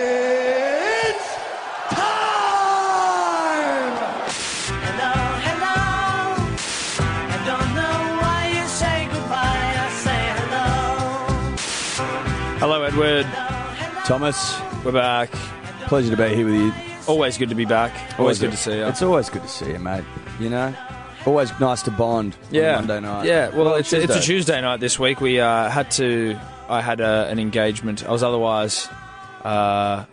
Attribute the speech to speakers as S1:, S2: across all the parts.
S1: It's time!
S2: Hello, hello. I don't know why you say goodbye. I say hello.
S3: Hello, Edward.
S1: Thomas,
S3: We're back.
S1: pleasure to be here with you.
S3: Always good to be back. Always, good to see you.
S1: It's always good to see you, mate. You know, always nice to bond.
S3: yeah,
S1: on a Monday night.
S3: Yeah, well, it's, it's a
S1: Tuesday.
S3: Tuesday night this week. We uh, had to. I had a, an engagement. I was otherwise. Uh,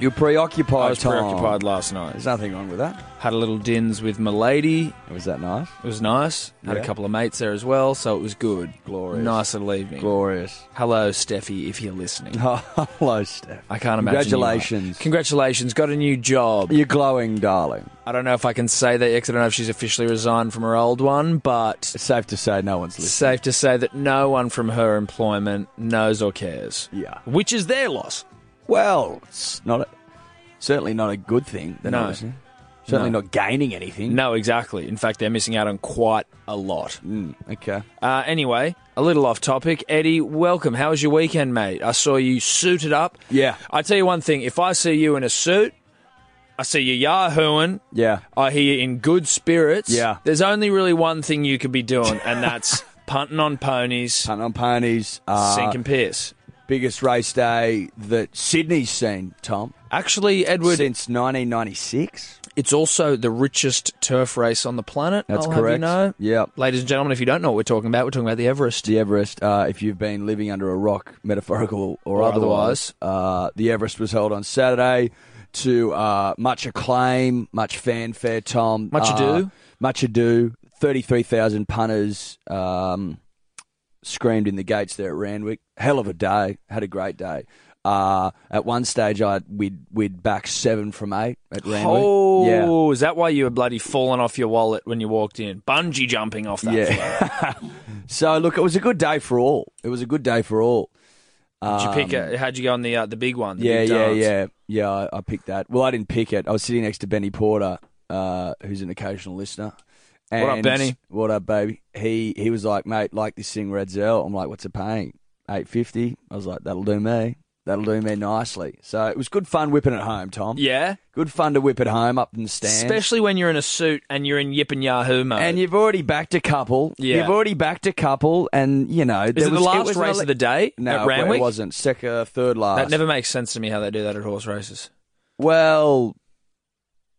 S1: You're preoccupied.
S3: I was
S1: Tom.
S3: preoccupied last night.
S1: There's nothing wrong with that.
S3: Had a little dins with my lady.
S1: Was that nice?
S3: It was nice. Had
S1: Yeah.
S3: a couple of mates there as well, so it was good.
S1: Glorious.
S3: Nice little evening.
S1: Glorious.
S3: Hello, Steffi, if you're listening.
S1: Oh, hello, Steph.
S3: I can't imagine. you are.
S1: Congratulations.
S3: Congratulations. Got a new job.
S1: You're glowing, darling.
S3: I don't know if I can say that yet 'cause I don't know if she's officially resigned from her old one, but
S1: It's safe to say no one's listening.
S3: safe to say that no one from her employment knows or cares.
S1: Yeah.
S3: Which is their loss.
S1: Well, it's not a, certainly not a good thing. They're not
S3: No.
S1: listening. Certainly not gaining anything.
S3: No, exactly. In fact, they're missing out on quite a lot.
S1: Mm, okay.
S3: Uh, anyway, a little off topic. Eddie, welcome. How was your weekend, mate? I saw you suited up.
S1: Yeah.
S3: I tell you one thing if I see you in a suit, I see you yahooing.
S1: Yeah.
S3: I hear you in good spirits.
S1: Yeah.
S3: There's only really one thing you could be doing, and that's punting on ponies,
S1: Punt on ponies. Uh,
S3: sink and piss.
S1: biggest race day that Sydney's seen, Tom,
S3: Actually, Edward,
S1: since 1996.
S3: It's also the richest turf race on the planet.
S1: That's
S3: I'll Oh, have you
S1: correct.
S3: know.
S1: Yep.
S3: Ladies and gentlemen, if you don't know what we're talking about, we're talking about the Everest.
S1: the Everest. Uh, if you've been living under a rock, metaphorical
S3: Or
S1: or, otherwise, uh, the Everest was held on Saturday to uh, much acclaim, much fanfare. Tom,
S3: Much
S1: Uh,
S3: ado.
S1: much ado. Thirty-three thousand punters um, screamed in the gates there at Randwick. Hell of a day. Had a great day. Uh, at one stage, I we'd we'd back seven from eight at Randwick. yeah.
S3: Oh, is that why you were bloody falling off your wallet when you walked in? Bungee jumping off that. float.
S1: Yeah. so look, it was a good day for all. It was a good day for all.
S3: Did you pick it? How'd you go on the uh, the big one? the
S1: um, Yeah,
S3: big
S1: yeah,
S3: dance?
S1: yeah, yeah. I, I picked that. Well, I didn't pick it. I was sitting next to Benny Porter, uh, who's an occasional listener. And
S3: up, Benny?
S1: What up, baby? He he was like, mate, like this thing, Red Zell. I'm like, what's it paying? Eight fifty. I was like, that'll do me. That'll do me nicely. So it was good fun whipping it home, Tom.
S3: Yeah.
S1: Good fun to whip it home up in the stand.
S3: Especially when you're in a suit and you're in Yip and Yahoo mode.
S1: and you've already backed a couple.
S3: Yeah.
S1: You've already backed a couple, and you know
S3: is
S1: there
S3: it
S1: was,
S3: the last
S1: was an
S3: race
S1: ele-
S3: of the day
S1: No,
S3: at Randwick?
S1: it wasn't. Second, uh, third last.
S3: That never makes sense to me how they do that at horse races.
S1: Well,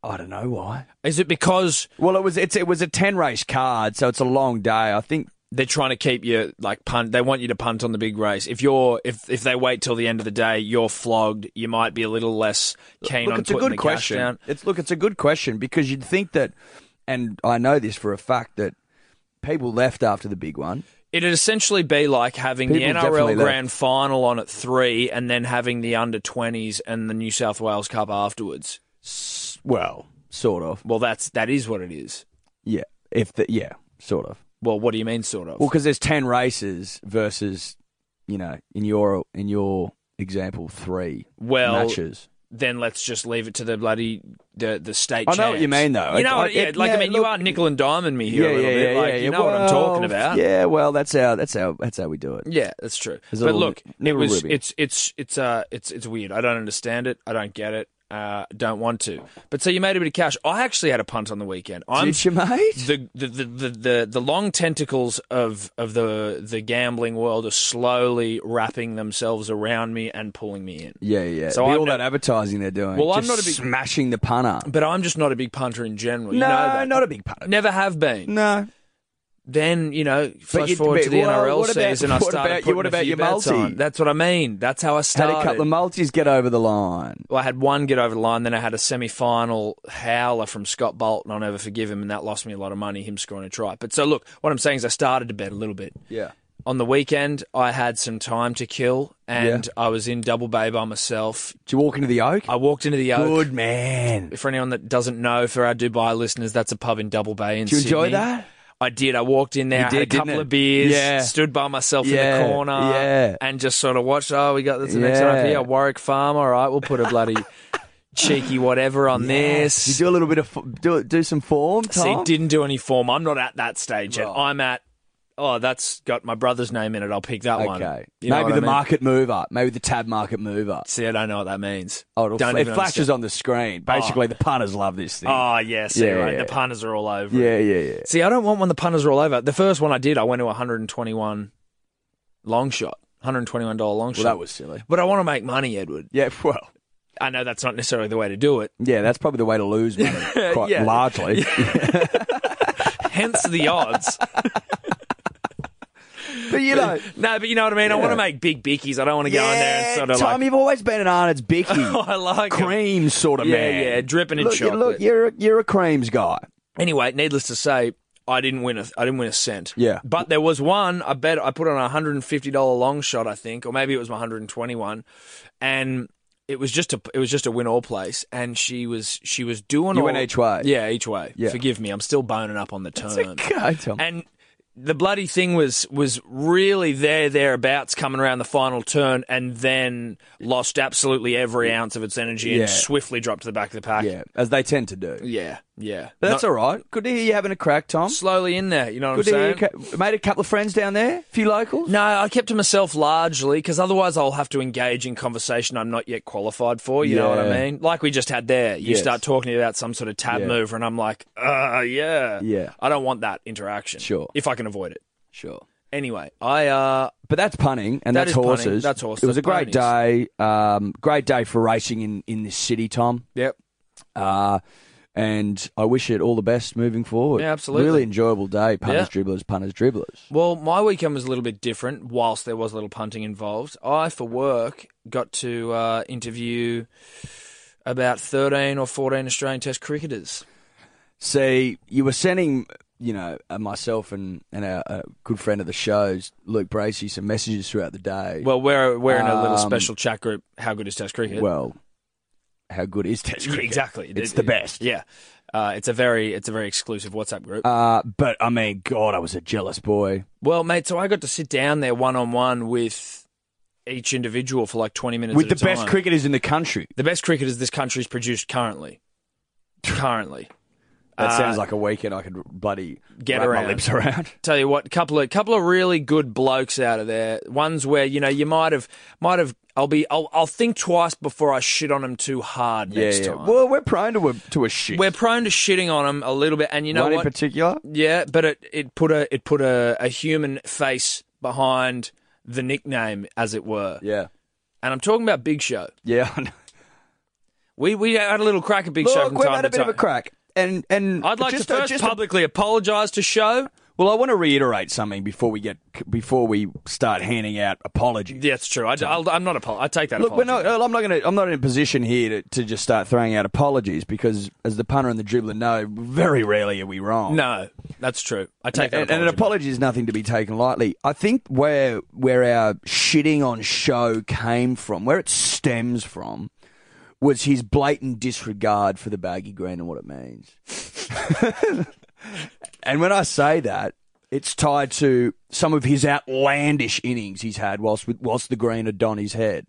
S1: I don't know why.
S3: Is it because
S1: Well, it was it's it was a ten race card, so it's a long day. I think
S3: they're trying to keep you like punt. They want you to punt on the big race. If you're if if they wait till the end of the day, you're flogged. You might be a little less keen
S1: look,
S3: on
S1: it's a
S3: putting
S1: good
S3: the
S1: question.
S3: cash down.
S1: It's look, it's a good question because you'd think that, and I know this for a fact that people left after the big one.
S3: It'd essentially be like having
S1: People
S3: the
S1: definitely
S3: NRL
S1: left.
S3: Grand Final on at three, and then having the under twenties and the New South Wales Cup afterwards.
S1: Well, sort of.
S3: Well, that's that is what it is.
S1: Yeah, if the yeah, sort of.
S3: Well, what do you mean, sort of?
S1: Well, because there's ten races versus, you know, in your in your example, three
S3: Well,
S1: matches.
S3: then let's just leave it to the bloody the the state.
S1: I know what you
S3: champs.
S1: mean, though.
S3: You know,
S1: I-
S3: what,
S1: I-
S3: yeah, like I
S1: yeah,
S3: mean, you
S1: look-
S3: are nickel and diamond me here a little bit. like you know what I'm talking
S1: Well,
S3: about.
S1: Yeah, well, that's how that's how that's how we do it.
S3: Yeah, that's true.
S1: There's a
S3: but
S1: little-
S3: look, it
S1: little
S3: was
S1: Ruby.
S3: it's it's it's uh it's it's weird. I don't understand it. I don't get it. Uh, don't want to. But so you made a bit of cash. I actually had a punt on the weekend. I'm
S1: Did you, mate?
S3: the, the, the, the, the, the long tentacles of, of the the gambling world are slowly wrapping themselves around me and pulling me in.
S1: Yeah, yeah.
S3: So
S1: Be
S3: I'm
S1: all
S3: no-
S1: that advertising they're doing.
S3: Well, I'm
S1: just
S3: not a big-
S1: smashing the punter.
S3: But I'm just not a big punter in general. you
S1: no,
S3: know that.
S1: not a big punter.
S3: never have been.
S1: No.
S3: Then you know, flash
S1: you-
S3: forward
S1: but
S3: to the
S1: well,
S3: NRL
S1: what about-
S3: season, I
S1: what
S3: started
S1: about-
S3: putting
S1: what
S3: a
S1: about
S3: few
S1: your
S3: bets
S1: multi?
S3: on. That's what I mean. That's how I
S1: Had
S3: started.
S1: a couple of multis get over the line.
S3: Well, I had one get over the line, then I had a semi final howler from Scott Bolton. I'll never forgive him, and that lost me a lot of money, him scoring a try. But so, look, what I'm saying is I started to bet a little bit.
S1: Yeah.
S3: On the weekend, I had some time to kill, and I was in Double Bay by myself.
S1: Did you walk into the oak?
S3: I walked into the Oak.
S1: Good man.
S3: For anyone that doesn't know, for our Dubai listeners, that's a pub in Double Bay in
S1: Did you enjoy
S3: Sydney.
S1: that?
S3: I did. I walked in there,
S1: You
S3: I
S1: did,
S3: had a
S1: didn't
S3: couple
S1: it?
S3: of beers,
S1: Yeah.
S3: stood by myself
S1: Yeah,
S3: in the corner,
S1: yeah.
S3: and just sort of watched. Oh, we got that's the next
S1: Yeah.
S3: one up here, Warwick Farm. All right, we'll put a bloody cheeky whatever on
S1: Did
S3: this.
S1: you do a little bit of fo- do do some form,
S3: See,
S1: Tom?
S3: didn't do any form. I'm not at that stage yet. I'm at oh, that's got my brother's name in it. I'll pick that one.
S1: Okay.
S3: You know
S1: maybe
S3: what
S1: the
S3: I mean?
S1: market mover. Maybe the tab market mover.
S3: See, I don't know what that means.
S1: Oh, it'll
S3: don't
S1: fl- it
S3: even
S1: flashes on the screen. Basically, the punters love this thing.
S3: Oh, yeah, see,
S1: Yeah,
S3: right.
S1: yeah,
S3: The
S1: yeah.
S3: punters are all over. it.
S1: yeah, yeah, yeah.
S3: See, I don't want one the punters are all over. The first one I did, I went to 121 long shot, $121 long shot.
S1: Well, that was silly.
S3: but I want to make money, Edward.
S1: Yeah, well,
S3: I know that's not necessarily the way to do it.
S1: yeah, that's probably the way to lose money, quite
S3: Yeah.
S1: largely.
S3: Hence the odds.
S1: But you know,
S3: no, but you know what I mean. I want to make big bickies. I don't want to go in there
S1: yeah,
S3: and sort of
S1: Tom,
S3: like.
S1: you've always been an Arnold's Bicky,
S3: Oh, I like 'em.
S1: cream sort of
S3: Yeah,
S1: man.
S3: yeah, dripping in
S1: look, you-
S3: chocolate.
S1: Look, you're a, you're a creams guy.
S3: Anyway, needless to say, I didn't win a I didn't win a cent.
S1: Yeah.
S3: But there was one I bet I put on a hundred and fifty dollar long shot, I think, or maybe it was my hundred and twenty one, and it was just a it was just a win all place, and she was she was doing
S1: You
S3: all,
S1: went each way.
S3: Yeah, each way.
S1: Yeah.
S3: Forgive me, I'm still boning up on the term.
S1: Okay, Tom.
S3: And the bloody thing was was really there thereabouts coming around the final turn, and then lost absolutely every ounce of its energy and
S1: Yeah.
S3: swiftly dropped to the back of the pack.
S1: yeah, as they tend to do.
S3: yeah, yeah.
S1: But that's
S3: Not-
S1: all right. Good to hear you having a crack, Tom.
S3: slowly in there. You know what
S1: Good
S3: I'm
S1: to hear
S3: saying?
S1: you ca- made a couple of friends down there, a few locals.
S3: No, I kept to myself largely because otherwise I'll have to engage in conversation I'm not yet qualified for. You know what I
S1: Yeah.
S3: mean? Like we just had there. You
S1: Yes.
S3: start talking about some sort of tab
S1: Yeah.
S3: mover, and I'm like, uh, yeah,
S1: Yeah.
S3: I don't want that interaction.
S1: Sure.
S3: if I can avoid it.
S1: Sure.
S3: Anyway, I uh,
S1: But that's punning, and
S3: That
S1: that's
S3: is punning,
S1: horses.
S3: that's horses,
S1: It was a
S3: that's
S1: great day. Um, great day for racing in, in this city, Tom.
S3: yep,
S1: Uh, and I wish it all the best moving forward.
S3: Yeah, absolutely.
S1: Really enjoyable day. Punters, dribblers, punters, dribblers.
S3: Well, my weekend was a little bit different. Whilst there was a little punting involved, I, for work, got to uh, interview about thirteen or fourteen Australian Test cricketers.
S1: See, you were sending, you know, uh, myself and and a, a good friend of the shows, Luke Bracey, some messages throughout the day.
S3: Well, we're we're in a little
S1: Um,
S3: special chat group. How good is Test cricket?
S1: well, how good is Test cricket?
S3: exactly,
S1: It's
S3: It-
S1: the best.
S3: Yeah, uh, it's a very it's a very exclusive WhatsApp group.
S1: Uh, but I mean, God, I was a jealous boy.
S3: well, mate, so I got to sit down there one on one with each individual for like twenty minutes
S1: With
S3: at a
S1: the best
S3: time.
S1: cricketers in the country.
S3: the best cricketers this country's produced currently. Currently.
S1: That
S3: Uh,
S1: sounds like a weekend I could bloody
S3: Get
S1: wrap
S3: around.
S1: my lips around.
S3: tell you what, couple of couple of really good blokes out of there. Ones where you know you might have might have. I'll be. I'll, I'll think twice before I shit on them too hard next time.
S1: Well, we're prone to a, to a shit.
S3: We're prone to shitting on them a little bit, and you know
S1: One in
S3: what?
S1: particular.
S3: yeah, but it, it put a it put a, a human face behind the nickname, as it were.
S1: Yeah.
S3: And I'm talking about Big Show.
S1: Yeah. I know.
S3: We we had a little crack at Big Show
S1: Look,
S3: from
S1: we've
S3: time
S1: had
S3: to
S1: a bit
S3: time.
S1: of a crack. And, and
S3: I'd like
S1: just
S3: to
S1: a-
S3: first
S1: just a-
S3: publicly apologise to Show.
S1: Well, I want to reiterate something before we get before we start handing out apologies.
S3: Yeah, it's true. I, I'll, I'm not apol. I take that.
S1: Look, we're
S3: apology.
S1: not, I'm not going to. I'm not in a position here to, to just start throwing out apologies because, as the punter and the dribbler know, very rarely are we wrong.
S3: No, that's true. I take that.
S1: and, and an
S3: apology.
S1: apology is nothing to be taken lightly. I think where where our shitting on show came from, where it stems from, was his blatant disregard for the baggy green and what it means. and when I say that, it's tied to some of his outlandish innings he's had whilst with, whilst the green had on his head.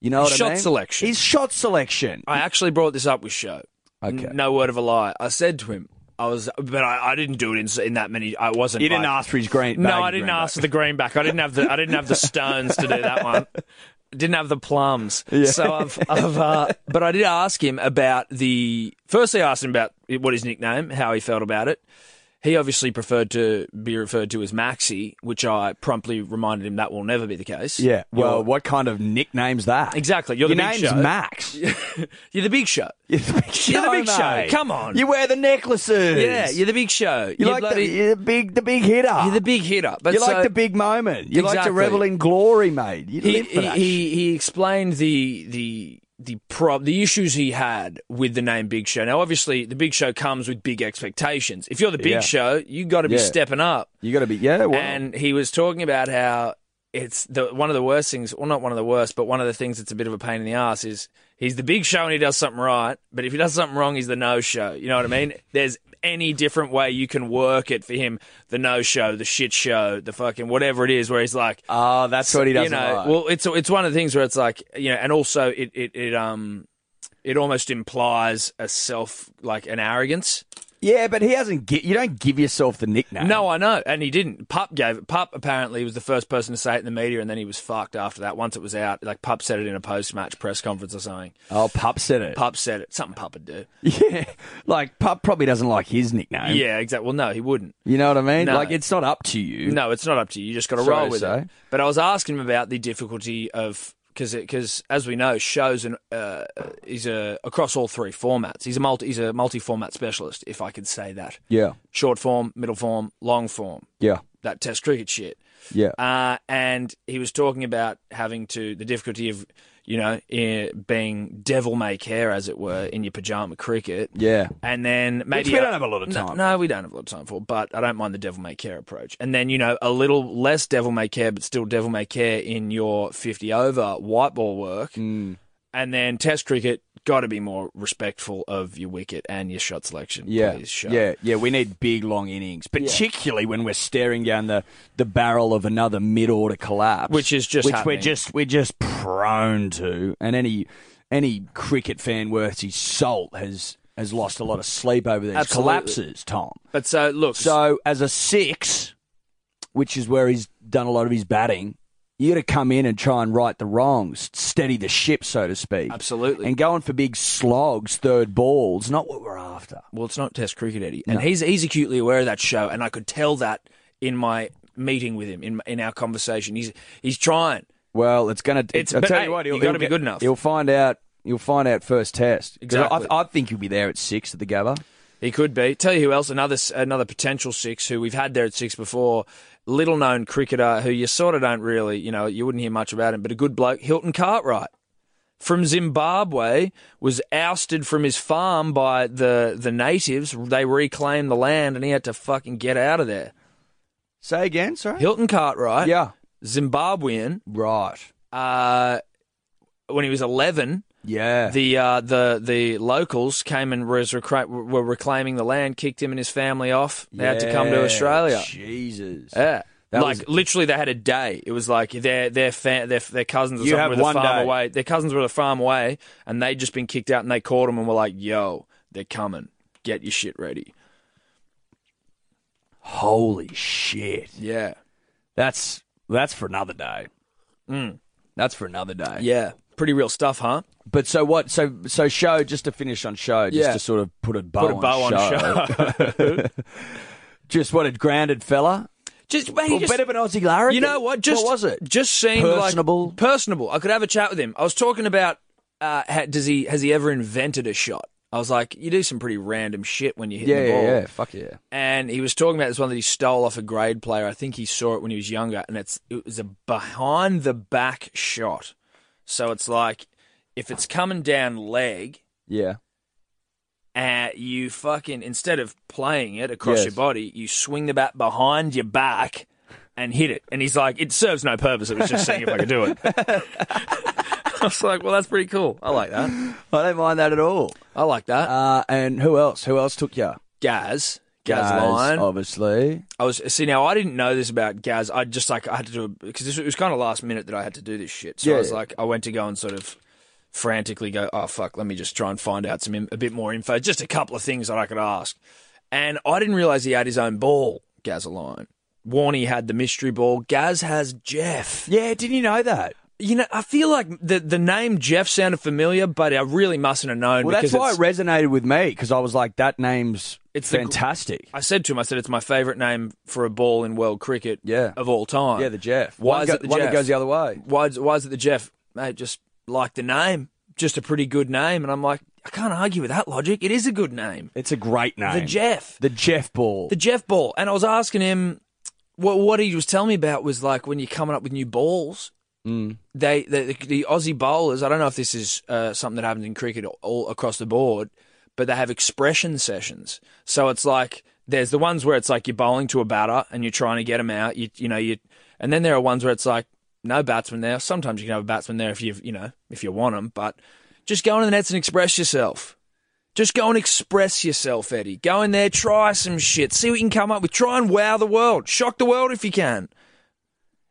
S1: You know
S3: His
S1: what
S3: shot
S1: I mean?
S3: selection.
S1: His shot selection.
S3: I actually brought this up with show.
S1: Okay.
S3: N- No word of a lie. I said to him, I was, but I, I didn't do it in, in that many. I wasn't.
S1: you didn't
S3: like-
S1: ask for his green.
S3: No,
S1: baggy
S3: I didn't
S1: green
S3: ask for the greenback. I didn't have the. I didn't have the stones to do that one. Didn't have the plums. So I've, I've uh, but I did ask him about the. Firstly, I asked him about what his nickname, how he felt about it. He obviously preferred to be referred to as Maxi, which I promptly reminded him that will never be the case.
S1: Yeah. Well,
S3: You're-
S1: what kind of nickname's that?
S3: Exactly, you're the
S1: Your
S3: big
S1: name's
S3: show.
S1: Max.
S3: you're the big shot.
S1: You're the big show.
S3: You're the big show.
S1: mate.
S3: Come on.
S1: You wear the necklaces.
S3: Yeah, you're the big show.
S1: You
S3: You're
S1: like
S3: bloody-
S1: the, you're the big the big hitter.
S3: You're the big hitter. But
S1: You
S3: so
S1: like the big moment. You like
S3: Exactly.
S1: to revel in glory, mate. You
S3: he,
S1: live for
S3: he,
S1: that.
S3: he he explained the the the prob the issues he had with the name Big Show. Now, obviously, the Big Show comes with big expectations. If you're the Big
S1: Yeah.
S3: Show, you got to be
S1: Yeah.
S3: stepping up.
S1: you got to be yeah. Well,
S3: And he was talking about how it's the one of the worst things. Well, not one of the worst, but one of the things that's a bit of a pain in the ass is he's the Big Show and he does something right, but if he does something wrong, he's the No Show. You know what I mean? There's any different way you can work it for him the no show the shit show the fucking whatever it is where he's like
S1: oh, that's what he doesn't
S3: you know,
S1: like.
S3: Well, it's it's one of the things where it's like you know, and also it it, it um it almost implies a self like an arrogance.
S1: Yeah, but he hasn't. Gi- you don't give yourself the nickname.
S3: No, I know, and he didn't. Pup gave it. Pup apparently was the first person to say it in the media, and then he was fucked after that. Once it was out, like Pup said it in a post-match press conference or something.
S1: Oh, Pup said it.
S3: Pup said it. Something Pup would do.
S1: Yeah, like Pup probably doesn't like his nickname.
S3: Yeah, exactly. Well, no, he wouldn't.
S1: You know what I mean?
S3: No.
S1: Like it's not up to you.
S3: No, it's not up to you. You just got to
S1: So,
S3: roll with
S1: so?
S3: it. But I was asking him about the difficulty of because because as we know, shows and uh, he's a across all three formats. He's a multi he's a multi format specialist, if I could say that.
S1: Yeah,
S3: Short form, middle form, long form.
S1: yeah,
S3: That Test cricket shit.
S1: yeah.
S3: Uh, and he was talking about having to the difficulty of you know eh, being devil may care, as it were, in your pajama cricket.
S1: Yeah.
S3: And then maybe
S1: we don't have a lot of
S3: No,
S1: time.
S3: No, we don't have a lot of time for. But I don't mind the devil may care approach. And then you know a little less devil may care, but still devil may care in your fifty over white ball work.
S1: Mm.
S3: And then Test cricket got to be more respectful of your wicket and your shot selection.
S1: Yeah,
S3: please, show.
S1: yeah, yeah. We need big, long innings, particularly when we're staring down the, the barrel of another mid-order collapse,
S3: Which is just
S1: which
S3: happening.
S1: we're just we're just prone to. And any any cricket fan worth his salt has has lost a lot of sleep over these
S3: Absolutely.
S1: collapses, Tom.
S3: But so look,
S1: So as a six, which is where he's done a lot of his batting, you got to come in and try and right the wrongs, steady the ship, so to speak.
S3: Absolutely.
S1: And going for big slogs, third balls, not what we're after.
S3: well, it's not Test cricket, Eddie, and he's he's acutely aware of that show, and I could tell that in my meeting with him in in our conversation. He's he's trying
S1: Well, it's gonna.
S3: It's-
S1: I'll
S3: but
S1: tell
S3: hey,
S1: you what, he'll,
S3: you gotta
S1: he'll
S3: be
S1: get-
S3: good enough.
S1: He'll find out. You'll find out first test. 'Cause
S3: Exactly.
S1: I, I think he'll be there at six at the Gabba.
S3: He could be. Tell you who else? Another another potential six who we've had there at six before. Little known cricketer who you sort of don't really, you know, you wouldn't hear much about him, but a good bloke, Hilton Cartwright from Zimbabwe was ousted from his farm by the the natives. They reclaimed the land, and he had to fucking get out of there.
S1: Say again, sorry.
S3: Hilton Cartwright,
S1: yeah.
S3: Zimbabwean.
S1: Right.
S3: Uh, when he was eleven,
S1: Yeah.
S3: the uh, the the locals came and was recra- were reclaiming the land, kicked him and his family off. They had to come to
S1: Yeah,
S3: Australia. Eh.
S1: Jesus.
S3: Yeah.
S1: That
S3: like
S1: was-
S3: literally, they had a day. It was like their their fa- their, their cousins or
S1: You
S3: something
S1: have
S3: were the
S1: one
S3: farm
S1: day.
S3: away. Their cousins were the farm away, and they'd just been kicked out, and they caught them and were like, "Yo, they're coming. Get your shit ready."
S1: Holy shit.
S3: Yeah,
S1: That's that's for another day.
S3: Mm.
S1: That's for another day.
S3: yeah, pretty real stuff, huh?
S1: But so what? So so show just to finish on show, just
S3: Yeah.
S1: to sort of put a bow,
S3: Put a bow on show.
S1: just what a grounded fella.
S3: just, mate, he
S1: Well,
S3: just-
S1: better than Aussie Larry.
S3: You know what? Just
S1: what was it?
S3: Just seemed
S1: Personable?
S3: Like, personable. I could have a chat with him. I was talking about uh, ha- does he has he ever invented a shot? I was like, you do some pretty random shit when you hit
S1: yeah,
S3: the ball.
S1: yeah, yeah. Fuck yeah.
S3: And he was talking about this one that he stole off a grade player. I think he saw it when he was younger, and it's it was a behind the back shot. So it's like if it's coming down leg,
S1: Yeah.
S3: uh, you fucking instead of playing it across
S1: Yes.
S3: your body, you swing the bat behind your back and hit it. And he's like, "It serves no purpose. It was just seeing if I could do it." I was like, "Well, that's pretty cool. I like that.
S1: I don't mind that at all.
S3: I like that."
S1: Uh, and who else? Who else took you?
S3: Gaz, Gaz, Lyon.
S1: Oh, obviously.
S3: I was see now. I didn't know this about Gaz. I just like I had to do because this it was kind of last minute that I had to do this shit. So
S1: Yeah.
S3: I was like, I went to go and sort of frantically go, oh fuck, let me just try and find out some in- a bit more info, just a couple of things that I could ask. And I didn't realize he had his own ball, Gaz Alone. Warney had the mystery ball. Gaz has Jeff.
S1: Yeah, didn't you know that?
S3: You know, I feel like the the name Jeff sounded familiar, but I really mustn't have known.
S1: Well,
S3: because
S1: that's why
S3: it's-
S1: it resonated with me because I was like, that name's
S3: It's the gr-
S1: fantastic.
S3: I said to him, I said, it's my favourite name for a ball in world cricket
S1: Yeah.
S3: of all time.
S1: yeah, the Jeff.
S3: Why
S1: one
S3: is
S1: go-
S3: it the
S1: one
S3: Jeff?
S1: that goes the other way?
S3: why is, why is it the Jeff? Mate, just like the name, just a pretty good name. And I'm like, I can't argue with that logic. It is a good name.
S1: It's a great name.
S3: The Jeff.
S1: The Jeff Ball.
S3: The Jeff ball. And I was asking him, what, what he was telling me about was like when you're coming up with new balls. They, they the, the Aussie bowlers. I don't know if this is uh, something that happens in cricket all across the board, but they have expression sessions. So it's like there's the ones where it's like you're bowling to a batter and you're trying to get him out. You you know you, and then there are ones where it's like no batsman there. Sometimes you can have a batsman there if you you know if you want him, but just go in the nets and express yourself. Just go and express yourself, Eddie. Go in there, try some shit, see what you can come up with. Try and wow the world, shock the world if you can.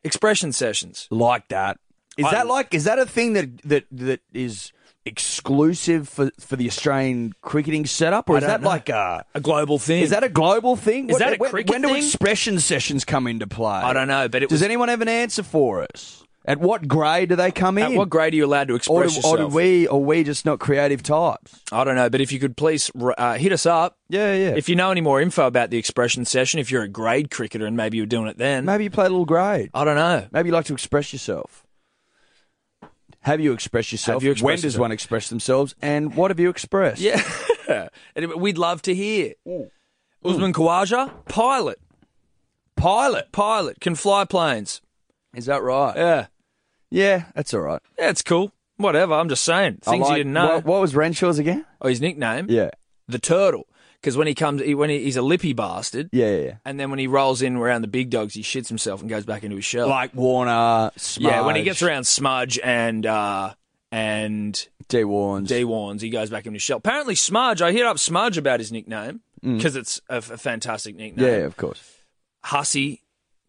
S3: Expression sessions.
S1: like that. Is
S3: I-
S1: that like is that a thing that that that is exclusive for, for the Australian cricketing setup, or is
S3: don't
S1: that
S3: know.
S1: like a
S3: a global thing.
S1: is that a global thing? Is
S3: that a
S1: when,
S3: cricket
S1: when do
S3: thing?
S1: expression sessions come into play?
S3: I don't know, but it
S1: Does
S3: was.
S1: anyone have an answer for us? At what grade do they come
S3: At
S1: in?
S3: what grade are you allowed to express
S1: or, do,
S3: yourself?
S1: or do we are we just not creative types?
S3: I don't know, but if you could please uh, hit us up.
S1: Yeah, yeah.
S3: If you know any more info about the expression session, if you're a grade cricketer and maybe you're doing it then,
S1: Maybe you play a little grade.
S3: I don't know.
S1: Maybe you like to express yourself. Have you expressed yourself?
S3: Have you expressed
S1: when does
S3: yourself?
S1: one express themselves? And what have you expressed?
S3: Yeah. And We'd love to hear. Usman Khawaja, pilot. Pilot. Pilot. Can fly planes.
S1: Is that right?
S3: Yeah.
S1: Yeah, that's all right.
S3: Yeah, it's cool. Whatever. I'm just saying.
S1: I
S3: Things
S1: like-
S3: you didn't know.
S1: What, what was Renshaw's again?
S3: Oh, his nickname?
S1: Yeah.
S3: The Turtle. Because when he comes, he, when he, he's a lippy bastard.
S1: Yeah, yeah,
S3: And then when he rolls in around the big dogs, he shits himself and goes back into his shell.
S1: yeah. Like Warner, Smudge.
S3: yeah, when he gets around Smudge and uh, and
S1: D Warns.
S3: D Warns, he goes back into his shell. Apparently, Smudge, I hit up Smudge about his nickname because it's a, a fantastic nickname.
S1: Mm. yeah, of course.
S3: Hussey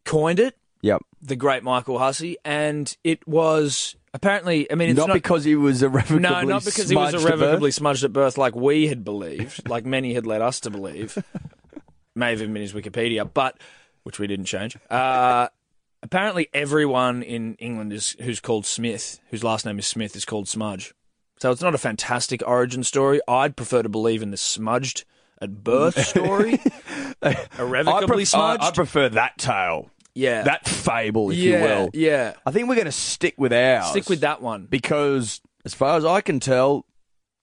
S3: coined it,
S1: Yep.
S3: the great Michael Hussey, and it was apparently. I mean, it's
S1: Not,
S3: not,
S1: because he was irrevocably
S3: no, not because he was
S1: smudged at birth.
S3: irrevocably smudged at birth, like we had believed, like many had led us to believe. May have even been his Wikipedia, but which we didn't change. Uh, apparently, everyone in England is who's called Smith, whose last name is Smith, is called Smudge. So it's not a fantastic origin story. I'd prefer to believe in the smudged at birth story,
S1: I,
S3: irrevocably
S1: pref- I,
S3: smudged.
S1: I prefer that tale,
S3: yeah,
S1: that fable, if
S3: yeah,
S1: you will.
S3: yeah.
S1: I think we're going to stick with ours.
S3: Stick with that one.
S1: because, as far as I can tell,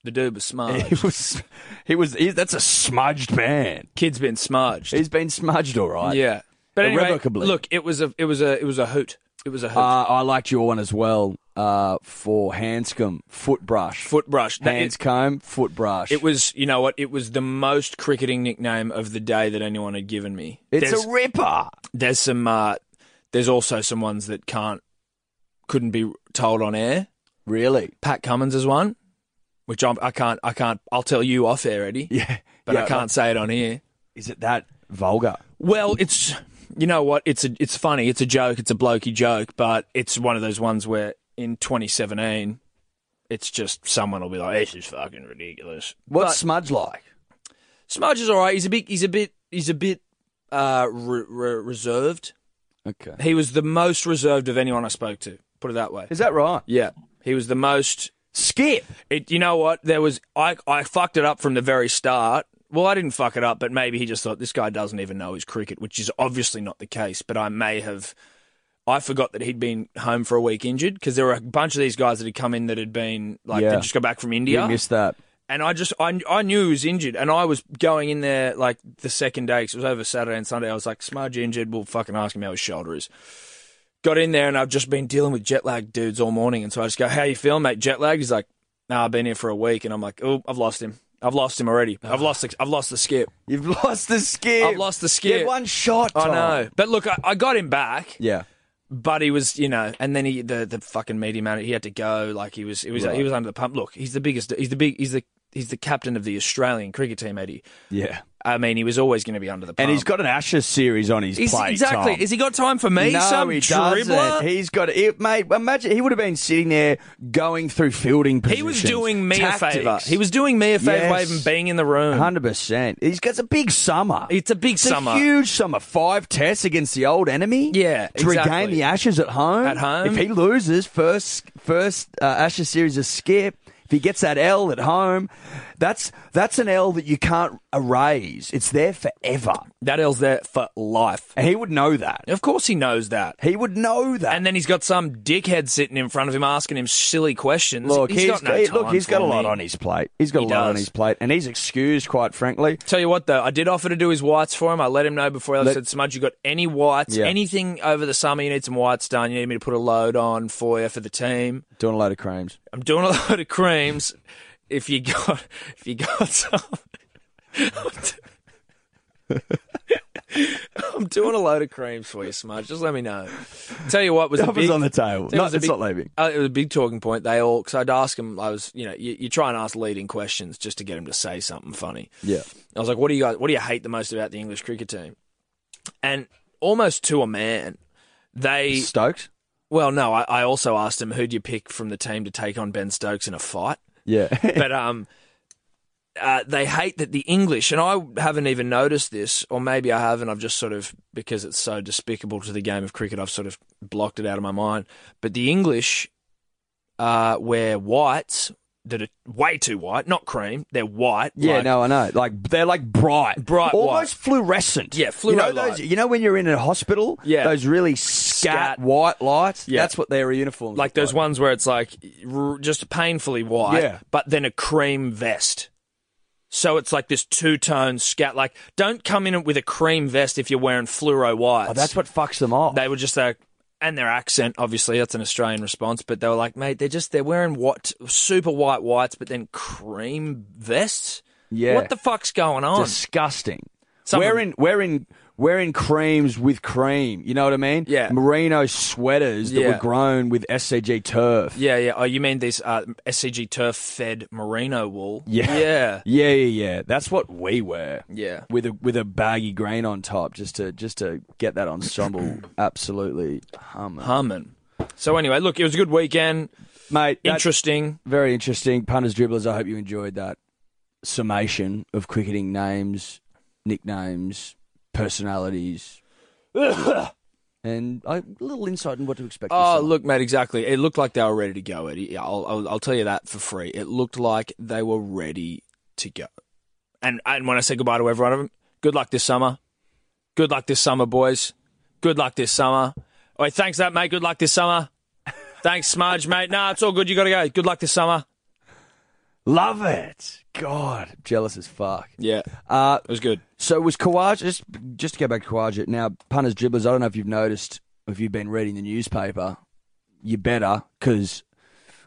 S3: The dude was smart.
S1: he was he was he, that's a smudged man.
S3: Kid's been smudged.
S1: He's been smudged, all right.
S3: Yeah, but anyway,
S1: Irrevocably.
S3: look, it was a, it was a, it was a hoot. It was a hoot.
S1: Uh, I liked your one as well uh, for Hanscom foot brush,
S3: foot brush. That-
S1: hands
S3: it,
S1: comb, foot brush.
S3: it was, you know what? It was the most cricketing nickname of the day that anyone had given me.
S1: it's
S3: there's,
S1: a ripper.
S3: there's some, uh, there's also some ones that can't, couldn't be told on air.
S1: Really?
S3: Pat Cummins is one, which I'm, I can't, I can't. I'll tell you off air, Eddie.
S1: Yeah,
S3: but
S1: yeah, uh,
S3: I can't say it on air.
S1: Is it that vulgar?
S3: Well, it's you know what? It's a it's funny. It's a joke. It's a blokey joke, but it's one of those ones where in 2017, it's just someone will be like, "This is fucking ridiculous."
S1: What's
S3: But
S1: smudge like?
S3: Smudge is all right. He's a bit. He's a bit. He's a bit uh, re- re- reserved.
S1: Okay,
S3: He was the most reserved of anyone I spoke to. Put it that way.
S1: is that right?
S3: Yeah, he was the most
S1: Skip.
S3: it, you know what? There was I I fucked it up from the very start. Well, I didn't fuck it up, but maybe he just thought this guy doesn't even know his cricket, which is obviously not the case. But I may have, I forgot that he'd been home for a week injured because there were a bunch of these guys that had come in that had been like
S1: Yeah.
S3: they just got back from
S1: You
S3: India,
S1: missed that.
S3: and I just I, I knew he was injured, and I was going in there like the second day 'cause it was over Saturday and Sunday. I was like, Smudge injured, we'll fucking ask him how his shoulder is. Got in there and I've just been dealing with jet lag dudes all morning, and so I just go, "How you feeling, mate? Jet lag?" He's like, "Nah, I've been here for a week," and I'm like, "Oh, I've lost him. I've lost him already. I've lost. The, I've lost the skip.
S1: You've lost the skip.
S3: I've lost the
S1: You
S3: skip."
S1: had one shot.
S3: I
S1: Tom.
S3: know, but look, I, I got him back
S1: Yeah.
S3: but he was, you know, and then he the the fucking media man, he had to go. Like he was, he was,
S1: Right.
S3: he was under the pump. Look, he's the biggest. He's the big. He's the he's the captain of the Australian cricket team, Eddie.
S1: Yeah.
S3: I mean, he was always going to be under the pump.
S1: And he's got an Ashes series on his
S3: He's-
S1: plate.
S3: exactly.
S1: Tom.
S3: Has he got time for me?
S1: no,
S3: Some
S1: he
S3: dribbler.
S1: doesn't. He's got it, mate. Imagine he would have been sitting there going through fielding positions.
S3: He was doing me
S1: tactics.
S3: a favor. He was doing me a favor by
S1: Yes.
S3: even being in the room.
S1: hundred percent. He's got a big summer.
S3: It's a big
S1: It's
S3: summer.
S1: huge summer. Five tests against the old enemy.
S3: Yeah,
S1: to regain
S3: exactly.
S1: the Ashes at home.
S3: At home.
S1: if he loses first first uh, Ashes series is skip. If he gets that L at home, that's that's an L that you can't erase. It's there forever,
S3: that L's there for life.
S1: and he would know that.
S3: Of course, he knows that.
S1: He would know that.
S3: And then he's got some dickhead sitting in front of him asking him silly questions.
S1: Look,
S3: he's got no
S1: he-
S3: time
S1: look, he's got
S3: for
S1: a lot
S3: me.
S1: on his plate. He's got
S3: He
S1: a lot on
S3: does.
S1: his plate, and he's excused, quite frankly.
S3: Tell you what, though, I did offer to do his whites for him. I let him know before I
S1: Let-
S3: said, Smudge, you got any whites,
S1: Yeah.
S3: anything over the summer? You need some whites done. You need me to put a load on for you for the team.
S1: Doing a load of creams.
S3: I'm doing a load of creams. If you got, if you got some, I'm doing a load of creams for you, Smudge. Just let me know. Tell you what was a
S1: That was
S3: big,
S1: on the table.
S3: There
S1: No,
S3: was
S1: it's
S3: a big-
S1: not leaving.
S3: uh, it was a big talking point. They all because I'd ask him. I was, you know, you, you try and ask leading questions just to get him to say something funny.
S1: Yeah.
S3: I was like, "What do you guys? What do you hate the most about the English cricket team?" And almost to a man, they.
S1: Stokes?
S3: Well, no, I, I also asked him, "Who do you pick from the team to take on Ben Stokes in a fight?"
S1: Yeah.
S3: but um, uh, they hate that the English, and I haven't even noticed this, or maybe I haven't. I've just sort of because it's so despicable to the game of cricket, I've sort of blocked it out of my mind. But the English, uh, where whites that are way too white, not cream, they're white.
S1: Yeah,
S3: like-
S1: no, I know. Like they're like bright,
S3: Bright
S1: almost fluorescent.
S3: Yeah,
S1: You know,
S3: fluoro
S1: those,
S3: light.
S1: you know when you're in a hospital,
S3: Yeah.
S1: those really scat,
S3: Scat.
S1: white lights.
S3: Yeah.
S1: that's what their uniforms
S3: like
S1: look
S3: those ones where it's like r- just painfully white,
S1: Yeah.
S3: but then a cream vest. So it's like this two tone scat. Like, don't come in with a cream vest if you're wearing fluoro whites.
S1: Oh, that's what fucks them off.
S3: they were just like, and their accent, obviously, that's an Australian response. But they were like, mate, they're just they're wearing what super white whites, but then cream vests.
S1: Yeah.
S3: what the fuck's going on?
S1: Disgusting.
S3: Some of
S1: we're
S3: them-
S1: in we're in we're in creams with cream. You know what I mean?
S3: Yeah.
S1: Merino sweaters that
S3: Yeah.
S1: were grown with SCG turf.
S3: yeah, yeah. Oh, you mean these uh, SCG turf fed merino wool?
S1: Yeah.
S3: yeah,
S1: Yeah, yeah, yeah. That's what we wear.
S3: Yeah.
S1: With a with a baggy grain on top just to just to get that ensemble absolutely humming.
S3: humming. So anyway, look, it was a good weekend.
S1: Mate, that-
S3: Interesting.
S1: very interesting. Punters dribblers, I hope you enjoyed that summation of cricketing names, nicknames, personalities. and I, a little insight in what to expect. this
S3: Oh,
S1: summer.
S3: look, mate, exactly. It looked like they were ready to go, Eddie. Yeah, I'll, I'll, I'll tell you that for free. It looked like they were ready to go. And and when I say goodbye to every one of them, good luck this summer. Good luck this summer, boys. Good luck this summer. All right, thanks for that, mate. Good luck this summer. Thanks, Smudge, mate. Nah, it's all good. You got to go. Good luck this summer.
S1: Love it. God, jealous as fuck.
S3: Yeah,
S1: Uh,
S3: it was good.
S1: so was Kawaja, just, just to go back to Kawaja, now, punters, dribblers, I don't know if you've noticed, if you've been reading the newspaper, you better, because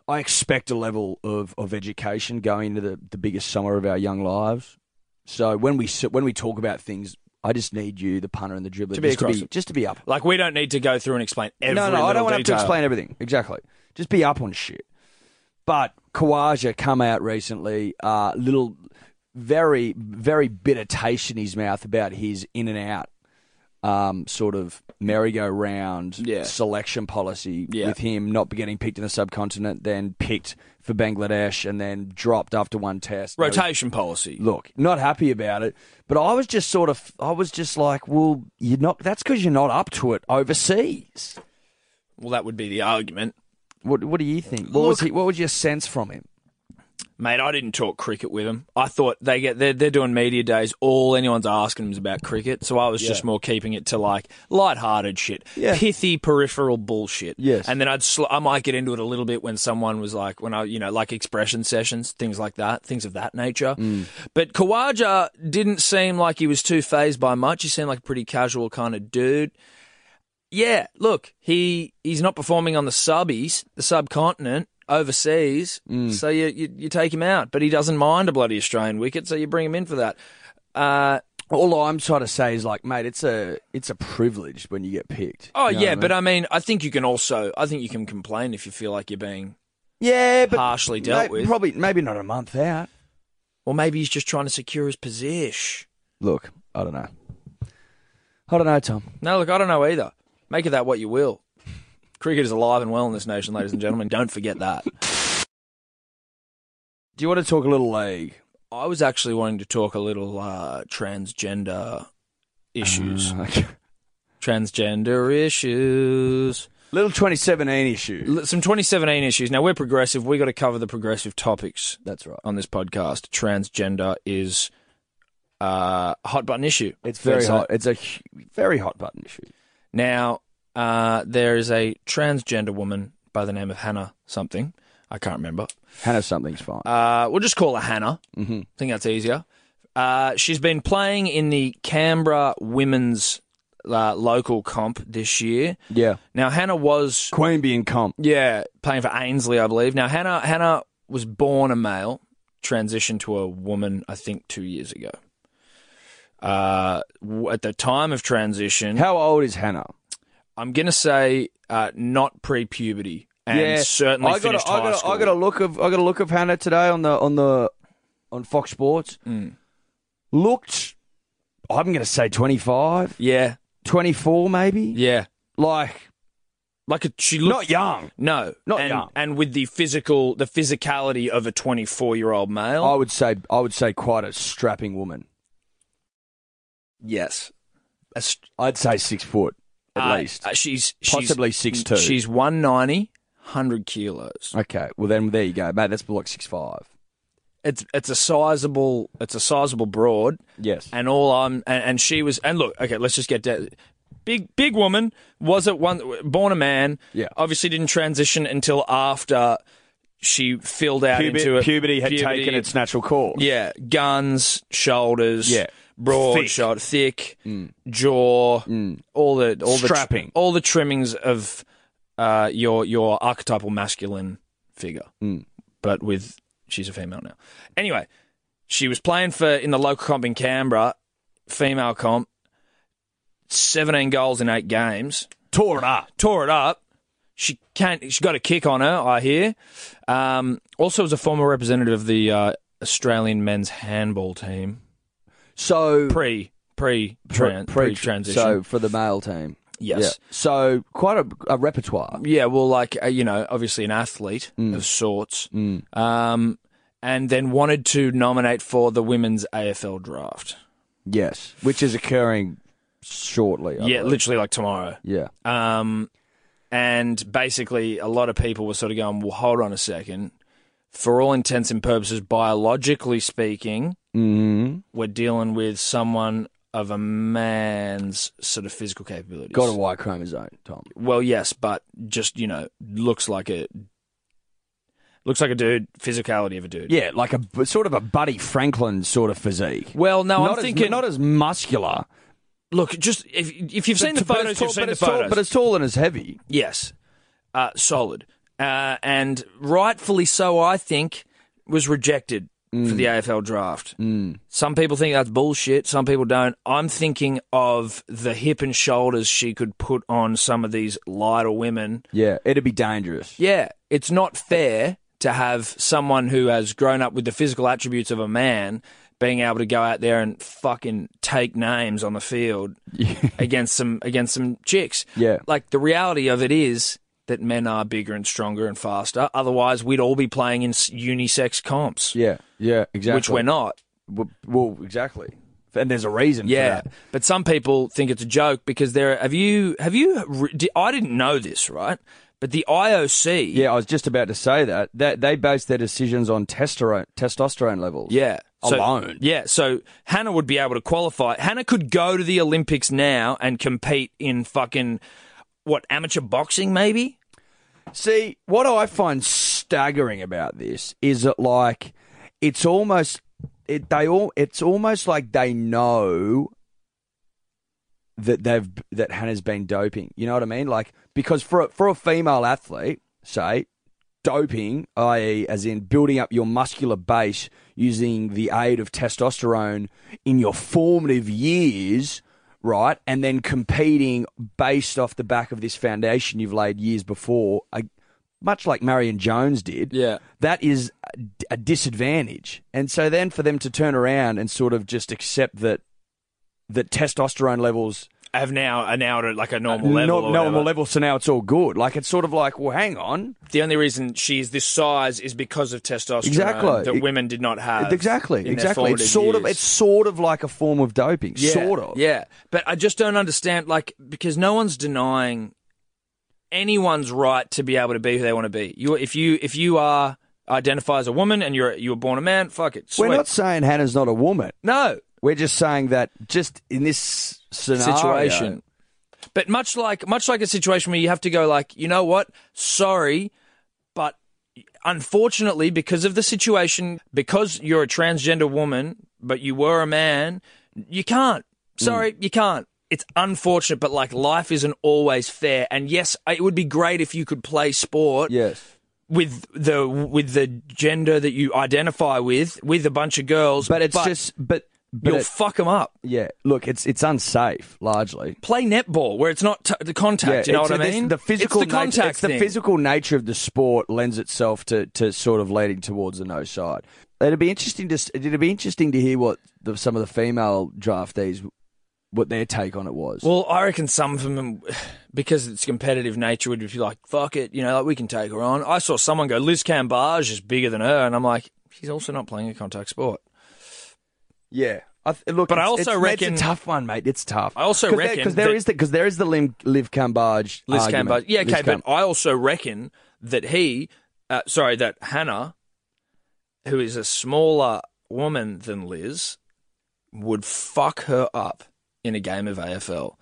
S1: I expect a level of, of education going into the, the biggest summer of our young lives. So when we sit- when we talk about things, I just need you, the punter and the dribbler,
S3: To be
S1: just, to
S3: across
S1: be,
S3: it.
S1: just to be up.
S3: Like we don't need to go through and explain every
S1: no, no, I don't
S3: little
S1: want to have to
S3: detail.
S1: explain everything. Exactly. Just be up on shit. But Kawaja come out recently, uh, little, very, very bitter taste in his mouth about his in and out um, sort of merry-go-round
S3: Yeah.
S1: selection policy
S3: Yeah.
S1: with him not getting picked in the subcontinent, then picked for Bangladesh, and then dropped after one test. Now he's
S3: Rotation policy.
S1: look, not happy about it. But I was just sort of, I was just like, well, you're not. That's because you're not up to it overseas.
S3: Well, that would be the argument.
S1: What What do you think? What was
S3: Look-
S1: he, What was your sense from him?
S3: Mate, I didn't talk cricket with them. I thought they get they're, they're doing media days. All anyone's asking them is about cricket, so I was just more keeping it to like light-hearted shit,
S1: Yeah.
S3: pithy peripheral bullshit.
S1: Yes.
S3: and then I'd sl- I might get into it a little bit when someone was like when I you know like expression sessions, things like that, things of that nature.
S1: Mm.
S3: But Kawaja didn't seem like he was too phased by much. He seemed like a pretty casual kind of dude. Yeah, look, he he's not performing on the subbies, the subcontinent, overseas.
S1: Mm.
S3: So you, you you take him out, but he doesn't mind a bloody Australian wicket, so you bring him in for that. Uh,
S1: All I'm trying to say is like, mate, it's a it's a privilege when you get picked.
S3: oh
S1: You know
S3: yeah,
S1: what I
S3: but
S1: mean?
S3: I mean, I think you can also, I think you can complain if you feel like you're being.
S1: yeah, but
S3: partially dealt
S1: ma-
S3: with.
S1: Probably maybe not a month out.
S3: Well, maybe he's just trying to secure his position.
S1: Look, I don't know. I don't know, Tom.
S3: No, look, I don't know either. Make of that what you will. Cricket is alive and well in this nation, ladies and gentlemen. Don't forget that.
S1: Do you want to talk a little league?
S3: I was actually wanting to talk a little uh, transgender issues.
S1: Mm, Okay.
S3: transgender issues.
S1: Little 2017 issue.
S3: L- Some 2017 issues. Now we're progressive. We got to cover the progressive topics
S1: That's right.
S3: on this podcast. Transgender is uh, a hot button issue.
S1: It's
S3: Fair
S1: very
S3: to say.
S1: hot. It's a hu- very hot button issue.
S3: Now uh, there is a transgender woman by the name of Hannah something. I can't remember.
S1: Hannah, something's fine.
S3: Uh, we'll just call her Hannah. Mm-hmm. I think that's easier. Uh, she's been playing in the Canberra women's uh, local comp this year.
S1: yeah.
S3: Now Hannah was
S1: Queen being comp.
S3: Yeah, playing for Ainsley, I believe. Now Hannah Hannah was born a male, transitioned to a woman, I think, two years ago. Uh, w- at the time of transition,
S1: How old is Hannah?
S3: I'm gonna say uh, not pre-puberty, and certainly
S1: I got,
S3: finished
S1: a, I,
S3: high
S1: got a,
S3: school.
S1: I got a look of I got a look of Hannah today on the on the on Fox Sports.
S3: Mm.
S1: Looked, I'm going to say 25,
S3: yeah,
S1: 24 maybe.
S3: yeah,
S1: Like
S3: Like a, she looked
S1: Not young.
S3: no,
S1: Not
S3: and,
S1: young.
S3: and with the physical, the physicality of a 24 year old male.
S1: I would say I would say quite a strapping woman.
S3: yes, A st-
S1: I'd say six foot at
S3: uh,
S1: least.
S3: uh, she's
S1: Possibly
S3: she's,
S1: 6'2".
S3: She's 190, 100 kilos.
S1: okay, well then there you go, mate. That's like six five.
S3: It's it's a sizable it's a sizable broad,
S1: Yes.
S3: and all I'm and, and she was and look okay. Let's just get down. Big big woman was at one born a man.
S1: Yeah.
S3: obviously didn't transition until after she filled out
S1: Puber-
S3: into it.
S1: puberty had
S3: Puberty.
S1: taken its natural course.
S3: Yeah, guns, shoulders.
S1: Yeah.
S3: broad
S1: Thick. Mm.
S3: shoulder, thick jaw, all the all the tr-
S1: Strapping.
S3: all the trimmings of uh, your your archetypal masculine figure,
S1: Hmm.
S3: but with she's a female now. Anyway, she was playing for in the local comp in Canberra, female comp. 17 goals in eight games
S1: Tore it up.
S3: tore it up. She can't. She got a kick on her, I hear. Um, also, was a former representative of the uh, Australian men's handball team
S1: So
S3: pre pre
S1: pre-
S3: pre
S1: pre-
S3: transition.
S1: So for the male team.
S3: Yes.
S1: Yeah. So quite a, a repertoire.
S3: yeah, well, like uh, you know, obviously an athlete of sorts, um, and then wanted to nominate for the women's AFL draft.
S1: Yes. Which is occurring shortly. I
S3: yeah,
S1: believe.
S3: literally like tomorrow.
S1: yeah.
S3: Um, and basically, a lot of people were sort of going, well, hold on a second. For all intents and purposes, biologically speaking,
S1: Mm-hmm.
S3: we're dealing with someone of a man's sort of physical capabilities.
S1: Got a Y chromosome, Tom.
S3: Well, yes, but just, you know, looks like a. Looks like a dude, physicality of a dude.
S1: Yeah, like a sort of a Buddy Franklin sort of physique.
S3: Well, no,
S1: not
S3: I'm
S1: as,
S3: thinking.
S1: not as muscular.
S3: look, just if if you've seen the
S1: But
S3: photos,
S1: it's tall-
S3: you've seen
S1: but
S3: the
S1: it's tall-
S3: photos.
S1: but it's tall and it's heavy.
S3: Yes. Uh, solid. Uh, and rightfully so, I think, was rejected
S1: Mm.
S3: for the AFL draft. Some people think that's bullshit. Some people don't. I'm thinking of the hip and shoulders she could put on some of these lighter women.
S1: Yeah, it'd be dangerous.
S3: Yeah, it's not fair to have someone who has grown up with the physical attributes of a man being able to go out there and fucking take names on the field against some against some chicks.
S1: Yeah.
S3: Like the reality of it is that men are bigger and stronger and faster. Otherwise, we'd all be playing in s- unisex comps,
S1: Yeah, yeah, exactly.
S3: which we're not.
S1: Well, well, exactly. And there's a reason
S3: Yeah,
S1: for that.
S3: but some people think it's a joke because there. Have you? Have you? re- di- I didn't know this, right? But the IOC.
S1: Yeah, I was just about to say that. That they base their decisions on testosterone testosterone levels.
S3: Yeah. So-
S1: Alone.
S3: yeah. So Hannah would be able to qualify. Hannah could go to the Olympics now and compete in fucking what amateur boxing, maybe.
S1: See, what I find staggering about this is that like it's almost it they all it's almost like they know that they've that Hannah's been doping. You know what I mean? Like because for a, for a female athlete, say doping, i.e., as in building up your muscular base using the aid of testosterone in your formative years, right? And then competing based off the back of this foundation you've laid years before, I, much like Marion Jones did.
S3: Yeah.
S1: That is a, a disadvantage. And so then for them to turn around and sort of just accept that that testosterone levels
S3: Have now are now at like a Uh, normal level.
S1: no,
S3: or
S1: normal
S3: whatever.
S1: level so now it's all good like it's sort of like well hang on
S3: The only reason she is this size is because of testosterone
S1: Exactly.
S3: that
S1: It-
S3: women did not have.
S1: Exactly,
S3: in their
S1: exactly. It's
S3: formative
S1: sort of
S3: years.
S1: it's sort of like a form of doping,
S3: Yeah,
S1: sort of.
S3: Yeah, but I just don't understand, like, because no one's denying anyone's right to be able to be who they want to be. You, if you, if you are identify as a woman and you're you were born a man, fuck it.
S1: We're
S3: sweet.
S1: not saying Hannah's not a woman.
S3: no
S1: We're just saying that just in this scenario,
S3: situation. But much like much like a situation where you have to go, like, you know what? Sorry, but unfortunately, because of the situation, because you're a transgender woman, but you were a man, you can't. Sorry,
S1: Mm.
S3: you can't. It's unfortunate, but like life isn't always fair. And yes, it would be great if you could play sport
S1: Yes,
S3: with the with the gender that you identify with, with a bunch of girls.
S1: but it's just but but
S3: you'll
S1: it-
S3: fuck them up.
S1: yeah. Look, it's it's unsafe largely.
S3: play netball where it's not t- the contact.
S1: Yeah,
S3: you know
S1: it's-
S3: what I
S1: it's
S3: mean?
S1: The physical
S3: it's the
S1: nat-
S3: contact.
S1: it's the
S3: thing.
S1: physical nature of the sport lends itself to, to sort of leading towards the no side. It'd be interesting to s- it'd be interesting to hear what the, some of the female draftees what their take on it was.
S3: Well, I reckon some of them, because it's competitive nature, would be like, fuck it, you know, like we can take her on. I saw someone go, Liz Cambage is bigger than her. And I'm like, she's also not playing a contact sport.
S1: yeah. I th- look,
S3: But I
S1: it's-
S3: also
S1: it's-
S3: reckon-
S1: it's a tough one, mate. It's tough.
S3: I also reckon
S1: because there
S3: that-
S1: is the because there is the Lim, Liv Cambage.
S3: Liz
S1: argument.
S3: Cambage. Yeah,
S1: Liz
S3: okay,
S1: Cam-
S3: but I also reckon that he, uh, sorry, that Hannah, who is a smaller woman than Liz, would fuck her up in a game of AFL.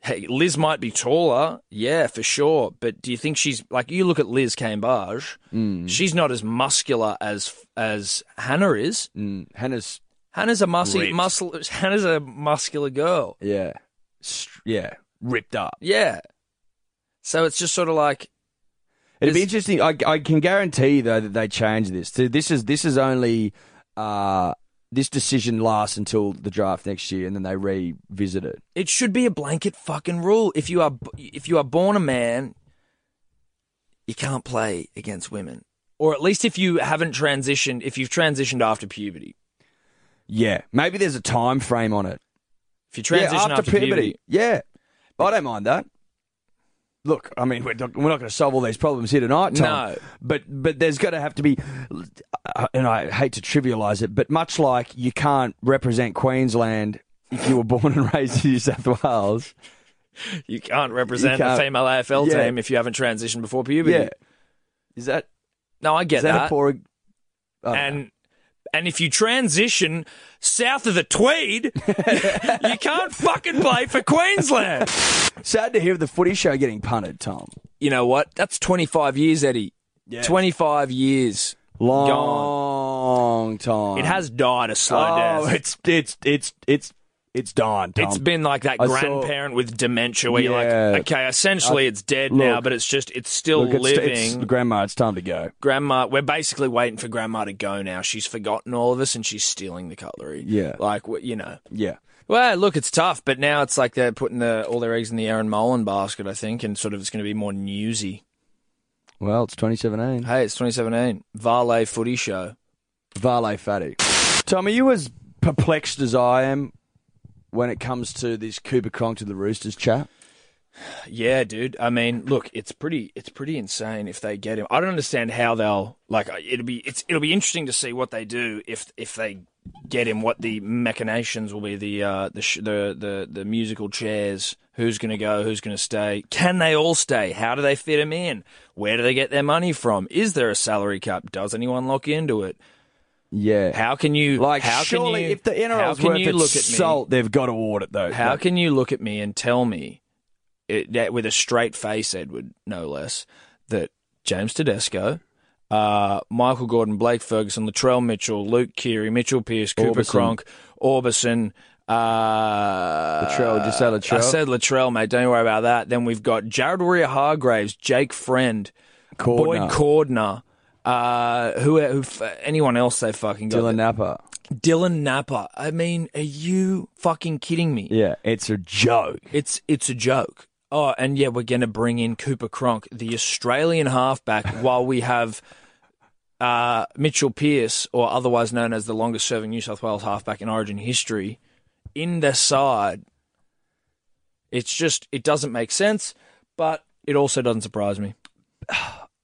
S3: Hey, Liz might be taller, yeah, for sure. But do you think she's like you look at Liz Cambage?
S1: Mm.
S3: She's not as muscular as as Hannah is.
S1: Mm, Hannah's
S3: Hannah's a muscle,
S1: Ripped.
S3: muscle. Hannah's a muscular girl.
S1: yeah, Str- yeah, ripped up.
S3: Yeah. So it's just sort of like
S1: It'd be
S3: Is-
S1: interesting. I, I can guarantee though that they change this. So this is this is only uh, this decision lasts until the draft next year, and then they revisit it.
S3: it should be a blanket fucking rule. If you are b- if you are born a man, you can't play against women, or at least if you haven't transitioned, if you've transitioned after puberty,
S1: Yeah, maybe there's a time frame on it.
S3: if you transition
S1: yeah, after, puberty.
S3: puberty.
S1: Yeah, I don't mind that. Look, I mean, we're not, we're not going to solve all these problems here tonight, Tom.
S3: No.
S1: But but there's going to have to be, uh, and I hate to trivialise it, but much like you can't represent Queensland if you were born and raised in New South Wales.
S3: you can't represent
S1: You can't-
S3: a female AFL
S1: Yeah.
S3: team if you haven't transitioned before puberty.
S1: Yeah, is that
S3: No, I get
S1: is that, a poor? Oh,
S3: and and if you transition south of the Tweed, you can't fucking play for Queensland.
S1: Sad to hear the footy show getting punted, Tom.
S3: you know what? That's 25 years, Eddie. 25 years.
S1: Long time.
S3: It has died a slow
S1: Um, Oh,
S3: death.
S1: it's it's it's it's it's done. Tom.
S3: it's been like that
S1: I saw-
S3: grandparent with dementia where you're
S1: Yeah.
S3: like, okay, essentially it's dead now,
S1: look.
S3: but it's just, it's still
S1: Look, it's,
S3: living.
S1: it's- grandma. It's time to go.
S3: grandma, we're basically waiting for grandma to go now. She's forgotten all of us and she's stealing the cutlery.
S1: Yeah.
S3: Like, wh- you know.
S1: Yeah.
S3: Well, look, it's tough, but now it's like they're putting the, all their eggs in the Aaron Mullen basket, I think, and sort of it's going to be more newsy.
S1: Well, it's 2017.
S3: Hey, it's 2017. Varley Footy Show.
S1: Vale Fatty. Tom, are you as perplexed as I am when it comes to this Cooper Cronk to the Roosters chat?
S3: Yeah, dude. I mean, look, it's pretty, it's pretty insane if they get him. I don't understand how they'll like. uh, It'll be, it's, it'll be interesting to see what they do if, if they get him. What the machinations will be. The, uh, the, sh- the, the, the musical chairs. Who's going to go? Who's going to stay? Can they all stay? How do they fit them in? Where do they get their money from? Is there a salary cap? Does anyone lock into it?
S1: Yeah.
S3: How can you
S1: like,
S3: How
S1: surely
S3: can you,
S1: if the
S3: how
S1: NRL's
S3: can
S1: worth
S3: you
S1: its
S3: look at me?
S1: salt, they've got to audit though.
S3: How
S1: Like,
S3: can you look at me and tell me, it, that with a straight face, Edward, no less, that James Tedesco, uh, Michael Gordon, Blake Ferguson, Latrell Mitchell, Luke Keary, Mitchell Pearce, Cooper
S1: Orbison.
S3: Cronk, Orbison, uh,
S1: Latrell, just say Latrell.
S3: I said Latrell, mate. Don't worry about that. Then we've got Jared Warrior Hargraves, Jake Friend,
S1: Cordner,
S3: Boyd Cordner. Uh, who, who, anyone else they fucking got?
S1: Dylan Napa?
S3: Dylan Napper. I mean, are you fucking kidding me?
S1: Yeah, it's a joke.
S3: It's it's a joke. Oh, and yeah, we're gonna bring in Cooper Cronk, the Australian halfback, while we have uh, Mitchell Pearce, or otherwise known as the longest-serving New South Wales halfback in Origin history, in the side. It's just it doesn't make sense, but it also doesn't surprise me.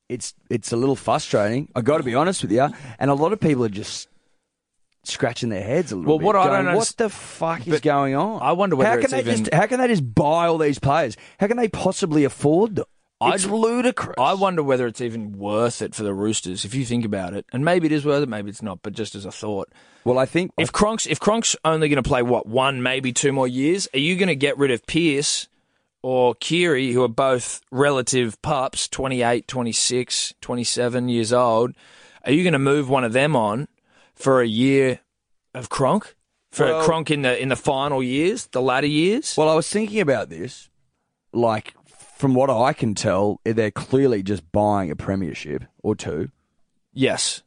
S1: It's it's a little frustrating. I got to be honest with you, and a lot of people are just scratching their heads a little
S3: Well,
S1: bit.
S3: what I
S1: going,
S3: don't
S1: what
S3: underst-
S1: the fuck is going on?
S3: I wonder whether
S1: how can
S3: it's
S1: they just
S3: even-
S1: how can they just buy all these players? How can they possibly afford them?
S3: I
S1: it's
S3: d-
S1: ludicrous.
S3: I wonder whether it's even worth it for the Roosters if you think about it, and maybe it is worth it, maybe it's not, but just as a thought.
S1: well, I think
S3: If Kronk's if Kronk's only going to play what one maybe two more years, are you going to get rid of Pierce or Keary, who are both relative pups, 28, 26, 27 years old? Are you going to move one of them on for a year of Kronk for
S1: Well-
S3: Kronk in the in the final years, the latter years?
S1: well, I was thinking about this. Like from what I can tell, they're clearly just buying a premiership or two.
S3: yes.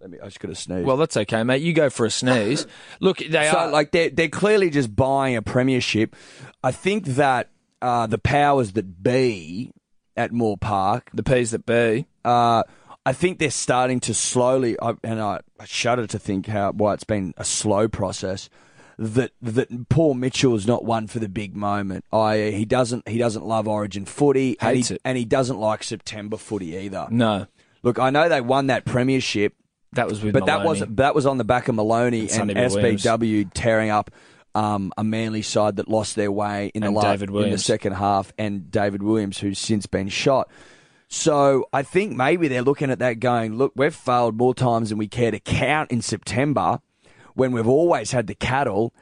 S1: Let me. I just got to sneeze.
S3: Well, that's okay, mate. You go for a sneeze. Look, they
S1: so
S3: are
S1: like they're they're clearly just buying a premiership. I think that uh, the powers that be at Moore Park,
S3: the P's that be.
S1: uh, I think they're starting to slowly, I, and I, I shudder to think how why it's been a slow process. that that Paul Mitchell's not one for the big moment. I he doesn't he doesn't love Origin footy, and
S3: Hates
S1: he,
S3: it.
S1: and he doesn't like September footy either.
S3: No,
S1: Look, I know they won that premiership,
S3: that was with.
S1: but that
S3: Maloney.
S1: was that was on the back of Maloney and,
S3: Sonny B. Williams.
S1: SBW tearing up um, a Manly side that lost their way in
S3: And
S1: the last,
S3: David
S1: in the
S3: Williams.
S1: second half, and David Williams, who's since been shot. So I think maybe they're looking at that going, look, we've failed more times than we care to count in September, when we've always had the cattle,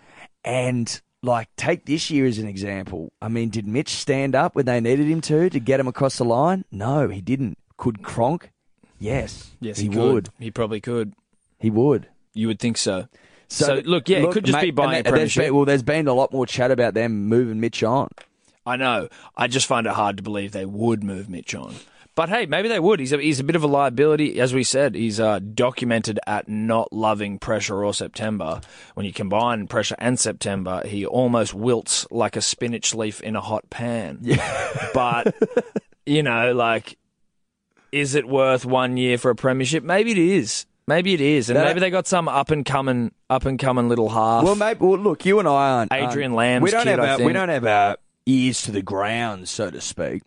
S1: and. Like, take this year as an example. I mean, did Mitch stand up when they needed him to to get him across the line? No, he didn't. Could Cronk? Yes.
S3: Yes,
S1: he,
S3: he, could.
S1: would.
S3: He probably could.
S1: He would.
S3: You would think so. So, look, yeah, it could just be
S1: and
S3: buying a
S1: there- there's
S3: premiership.
S1: been- well, there's been a lot more chat about them moving Mitch on.
S3: I know. I just find it hard to believe they would move Mitch on. But hey, maybe they would. He's a, he's a bit of a liability, as we said. He's uh, documented at not loving pressure or September. When you combine pressure and September, he almost wilts like a spinach leaf in a hot pan. Yeah. But you know, like, is it worth one year for a premiership? Maybe it is. Maybe it is, and
S1: That-
S3: maybe they got some up and coming, up and coming little half.
S1: Well, maybe. Well, look, you and I aren't aren't-
S3: Adrian Lamb's
S1: Uh, We don't
S3: kid,
S1: have
S3: I
S1: our, we
S3: think.
S1: don't have our ears to the ground, so to speak.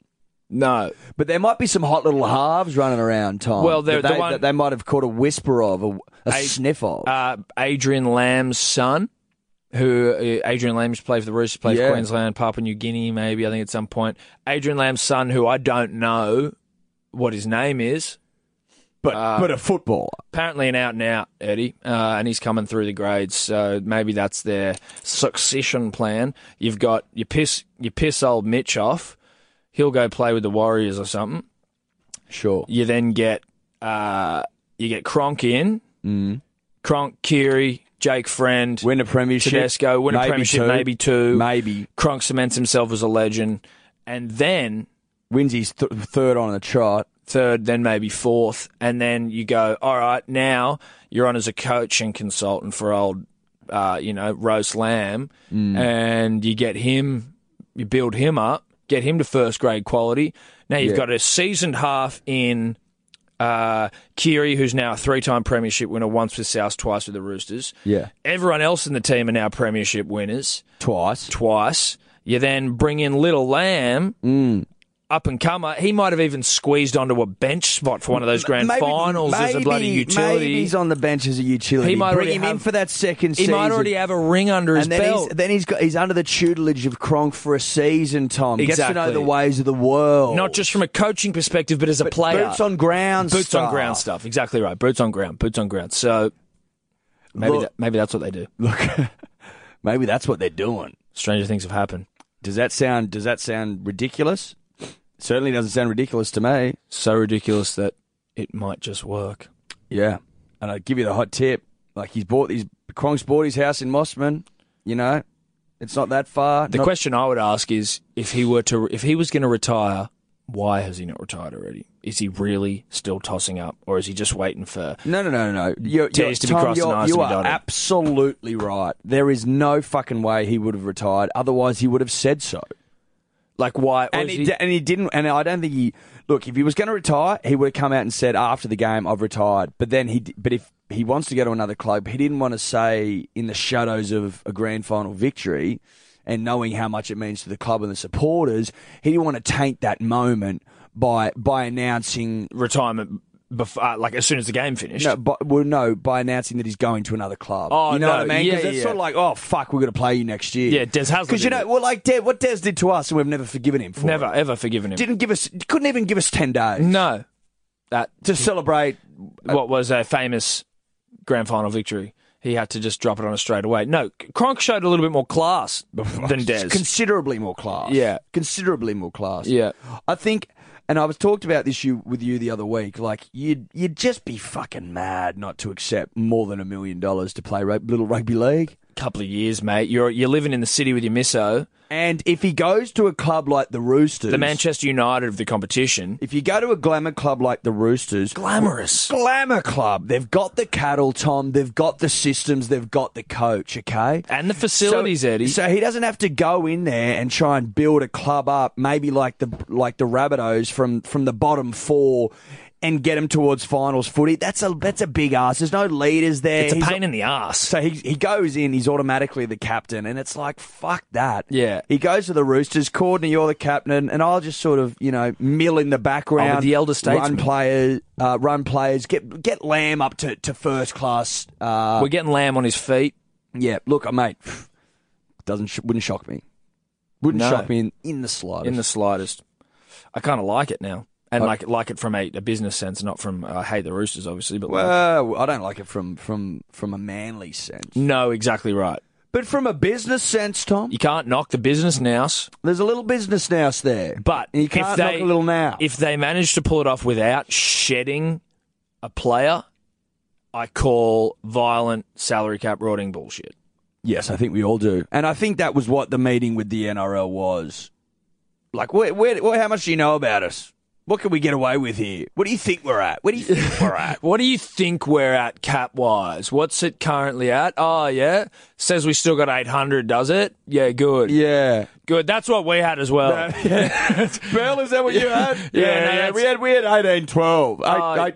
S3: no,
S1: But there might be some hot little halves running around, Tom.
S3: Well,
S1: that
S3: the-
S1: they,
S3: the one-
S1: that they might have caught a whisper of, a, a
S3: Ad-
S1: sniff of.
S3: uh, Adrian Lamb's son, who uh, Adrian Lamb used to play for the Roosters, played
S1: Yeah.
S3: for Queensland, Papua New Guinea, maybe I think at some point. Adrian Lamb's son, who I don't know what his name is,
S1: but
S3: uh,
S1: but a footballer.
S3: apparently an out and out Eddie, uh, and he's coming through the grades. So maybe that's their succession plan. You've got you piss you piss old Mitch off. He'll go play with the Warriors or something.
S1: Sure.
S3: You then get uh, you get Cronk in,
S1: Mm.
S3: Cronk, Kiri, Jake Friend,
S1: Win a premiership.
S3: Tedesco, win a
S1: maybe
S3: premiership,
S1: two,
S3: maybe two.
S1: Maybe
S3: Cronk cements himself as a legend, and then
S1: wins his th- third on the chart.
S3: third, then maybe fourth, and then you go, all right, now you're on as a coach and consultant for old, uh, you know, Rose Lamb,
S1: Mm.
S3: and you get him, you build him up, get him to first grade quality. Now you've
S1: Yeah.
S3: got a seasoned half in uh, Kiri, who's now a three-time premiership winner, once with South, twice with the Roosters.
S1: Yeah.
S3: Everyone else in the team are now premiership winners
S1: Twice.
S3: twice. You then bring in Little Lamb,
S1: Mm.
S3: up and comer. He might have even squeezed onto a bench spot for one of those grand finals as a bloody
S1: Maybe
S3: utility.
S1: he's on the bench as a utility.
S3: He might
S1: Bring
S3: already
S1: him in
S3: have-
S1: for that second
S3: He
S1: season.
S3: might already have a ring under his
S1: and then
S3: belt.
S1: he's, then he's got he's under the tutelage of Cronk for a season. Tom gets to know
S3: Exactly.
S1: the ways of the world,
S3: Not just from a coaching perspective, but as a player.
S1: boots on ground,
S3: Boots on
S1: stuff.
S3: ground stuff. Exactly right. Boots on ground. Boots on ground. So maybe
S1: Look-
S3: that, maybe that's what they do.
S1: Look, maybe that's what they're doing.
S3: Stranger things have happened.
S1: Does that sound Does that sound ridiculous? Certainly doesn't sound ridiculous to me.
S3: So ridiculous that it might just work.
S1: Yeah, and I'd give you the hot tip. Like he's bought his Cronk's bought his house in Mossman. You know, it's not that far.
S3: The
S1: not-
S3: question I would ask is if he were to if he was going to retire, why has he not retired already? Is he really still tossing up, or is he just waiting for?
S1: No, no, no, no, no. You're, you're,
S3: T's to be
S1: Tom,
S3: crossed and
S1: you're,
S3: I's
S1: you
S3: to be
S1: are
S3: dotted.
S1: absolutely right. There is no fucking way he would have retired. Otherwise, he would have said so.
S3: Like why? or
S1: And
S3: is
S1: he,
S3: he-
S1: di- and he didn't. And I don't think he. Look, if he was going to retire, he would have come out and said after the game, "I've retired." But then he. d- But if he wants to go to another club, he didn't want to say in the shadows of a grand final victory, and knowing how much it means to the club and the supporters, he didn't want to taint that moment by by announcing
S3: retirement before, uh, like as soon as the game finished.
S1: No, but, well, no, by announcing that he's going to another club.
S3: Oh,
S1: you know
S3: no,
S1: what I mean?
S3: yeah,
S1: it's
S3: yeah.
S1: sort of like, oh fuck, we're going to play you next year.
S3: Yeah, Des Hasler
S1: Because you
S3: did
S1: know,
S3: it.
S1: well, like Des, what Des did to us, and we've never forgiven him for.
S3: Never
S1: it.
S3: ever forgiven him.
S1: didn't give us, couldn't even give us ten days
S3: no, that
S1: to celebrate. Uh,
S3: what was a famous grand final victory. He had to just drop it on us straight away. No, Cronk showed a little bit more class than Des.
S1: Considerably more class.
S3: Yeah.
S1: considerably more class.
S3: yeah,
S1: I think, and I was talked about this you with you the other week. Like you'd you'd just be fucking mad not to accept more than a million dollars to play rug- little rugby league.
S3: couple of years, mate. You're you're living in the city with your misso,
S1: And if he goes to a club like the Roosters,
S3: the Manchester United of the competition.
S1: If you go to a glamour club like the Roosters,
S3: Glamorous.
S1: glamour club, they've got the cattle, Tom. They've got the systems. They've got the coach. Okay.
S3: And the facilities,
S1: so,
S3: Eddie.
S1: So he doesn't have to go in there and try and build a club up, maybe like the like the Rabbitohs from from the bottom four and get him towards finals footy. That's a that's a big ass. There's no leaders there.
S3: It's a
S1: He's-
S3: pain in the ass.
S1: so he he goes in. He's automatically the captain, and it's like fuck that.
S3: Yeah.
S1: He goes to the Roosters. Cordner, you're the captain, and I'll just sort of you know mill in the background.
S3: Oh, with the elder
S1: Run
S3: statesman.
S1: players, uh, run players. Get get Lamb up to, to first class. Uh,
S3: We're getting Lamb on his feet.
S1: yeah. Look, uh, mate, doesn't sh- wouldn't shock me. Wouldn't
S3: No.
S1: shock me in, in the slightest.
S3: In the slightest. I kind of like it now. And like like it from a, a business sense, not from I hate the Roosters, obviously, but like,
S1: well, I don't like it from from from a manly sense,
S3: no, exactly right.
S1: but from a business sense, Tom,
S3: You can't knock the business nouse,
S1: there's a little business nous there.
S3: but
S1: And you
S3: if
S1: can't
S3: they
S1: knock a little now.
S3: if they manage to pull it off without shedding a player, I call violent salary cap rotting bullshit.
S1: Yes, I think we all do. And I think that was what the meeting with the NRL was. Like, where, where, where, how much do you know about us? What can we get away with here? What do you think we're at? Where do you think we're at?
S3: What do you think we're at cap wise? What's it currently at? Oh yeah, says we still got eight hundred, does it? Yeah, good,
S1: Yeah.
S3: good. That's what we had as well.
S1: Bill, is that what you had?
S3: Yeah, no, that's-
S1: had we had 18 12. 8,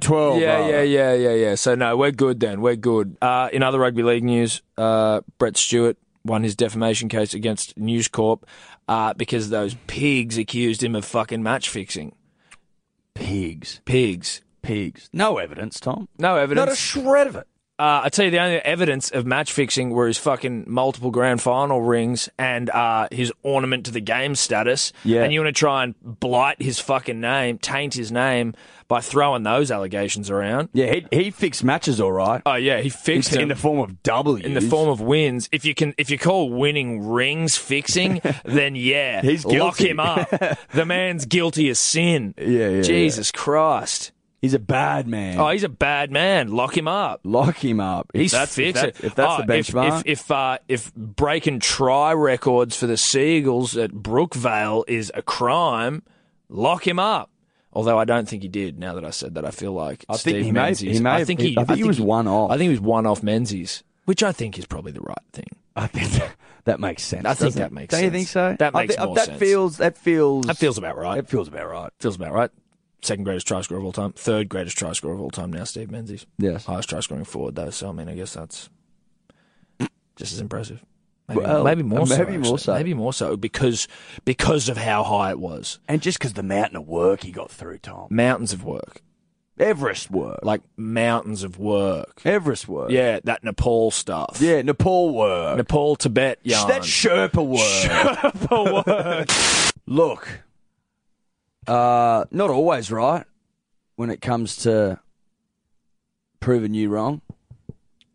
S3: Oh, Yeah, yeah, yeah, yeah, yeah. So no, we're good then. We're good. Uh, in other rugby league news, uh, Brett Stewart won his defamation case against News Corp uh, because those pigs accused him of fucking match fixing.
S1: Pigs.
S3: Pigs.
S1: Pigs. No evidence, Tom.
S3: No
S1: Not a
S3: evidence.
S1: shred of it.
S3: uh, I tell you, the only evidence of match fixing were his fucking multiple grand final rings and uh, his ornament to the game status.
S1: Yeah.
S3: And you want to try and blight his fucking name, taint his name by throwing those allegations around.
S1: Yeah, he, he fixed matches all right.
S3: Oh yeah, he fixed
S1: in
S3: them.
S1: the form of W's.
S3: in the form of wins. If you can, if you call winning rings fixing, then yeah,
S1: He's
S3: lock
S1: guilty.
S3: him up. the man's guilty as sin.
S1: Yeah, yeah,
S3: Jesus Christ.
S1: He's a bad man.
S3: Oh, he's a bad man. Lock him up.
S1: Lock him up. If
S3: He's
S1: that's, if
S3: fixed.
S1: that-
S3: it.
S1: If that's
S3: Oh,
S1: the
S3: if-
S1: benchmark.
S3: if if, uh, if breaking try records for the Seagulls at Brookvale is a crime, lock him up. Although I don't think he did. Now that I said that, I feel like I
S1: think
S3: Steve
S1: he may-
S3: Menzies.
S1: he may
S3: I
S1: have-
S3: think
S1: he-
S3: he.
S1: I think he was one off.
S3: I think he was one off Menzies, which I think is probably the right thing.
S1: I think that, that makes sense.
S3: I think
S1: doesn't
S3: that
S1: it?
S3: makes
S1: Don't you
S3: sense.
S1: think so?
S3: That
S1: I
S3: makes
S1: thi- I-
S3: more
S1: that
S3: sense.
S1: Feels, that feels.
S3: That feels about right.
S1: It feels about right.
S3: Feels about right. Second greatest try scorer of all time. Third greatest try scorer of all time now, Steve Menzies.
S1: Yes.
S3: Highest try scoring forward, though. So, I mean, I guess that's just as impressive. Maybe,
S1: Well,
S3: maybe more so.
S1: maybe more
S3: actually.
S1: so.
S3: Maybe more so because, because of how high it was.
S1: And just because the mountain of work he got through, Tom.
S3: Mountains of work.
S1: Everest work.
S3: Like, mountains of work.
S1: Everest work.
S3: Yeah, that Nepal stuff.
S1: Yeah, Nepal work.
S3: Nepal, Tibet,
S1: Sh-
S3: yarn.
S1: That Sherpa work. Sherpa work. Look, uh, not always right when it comes to proving you wrong.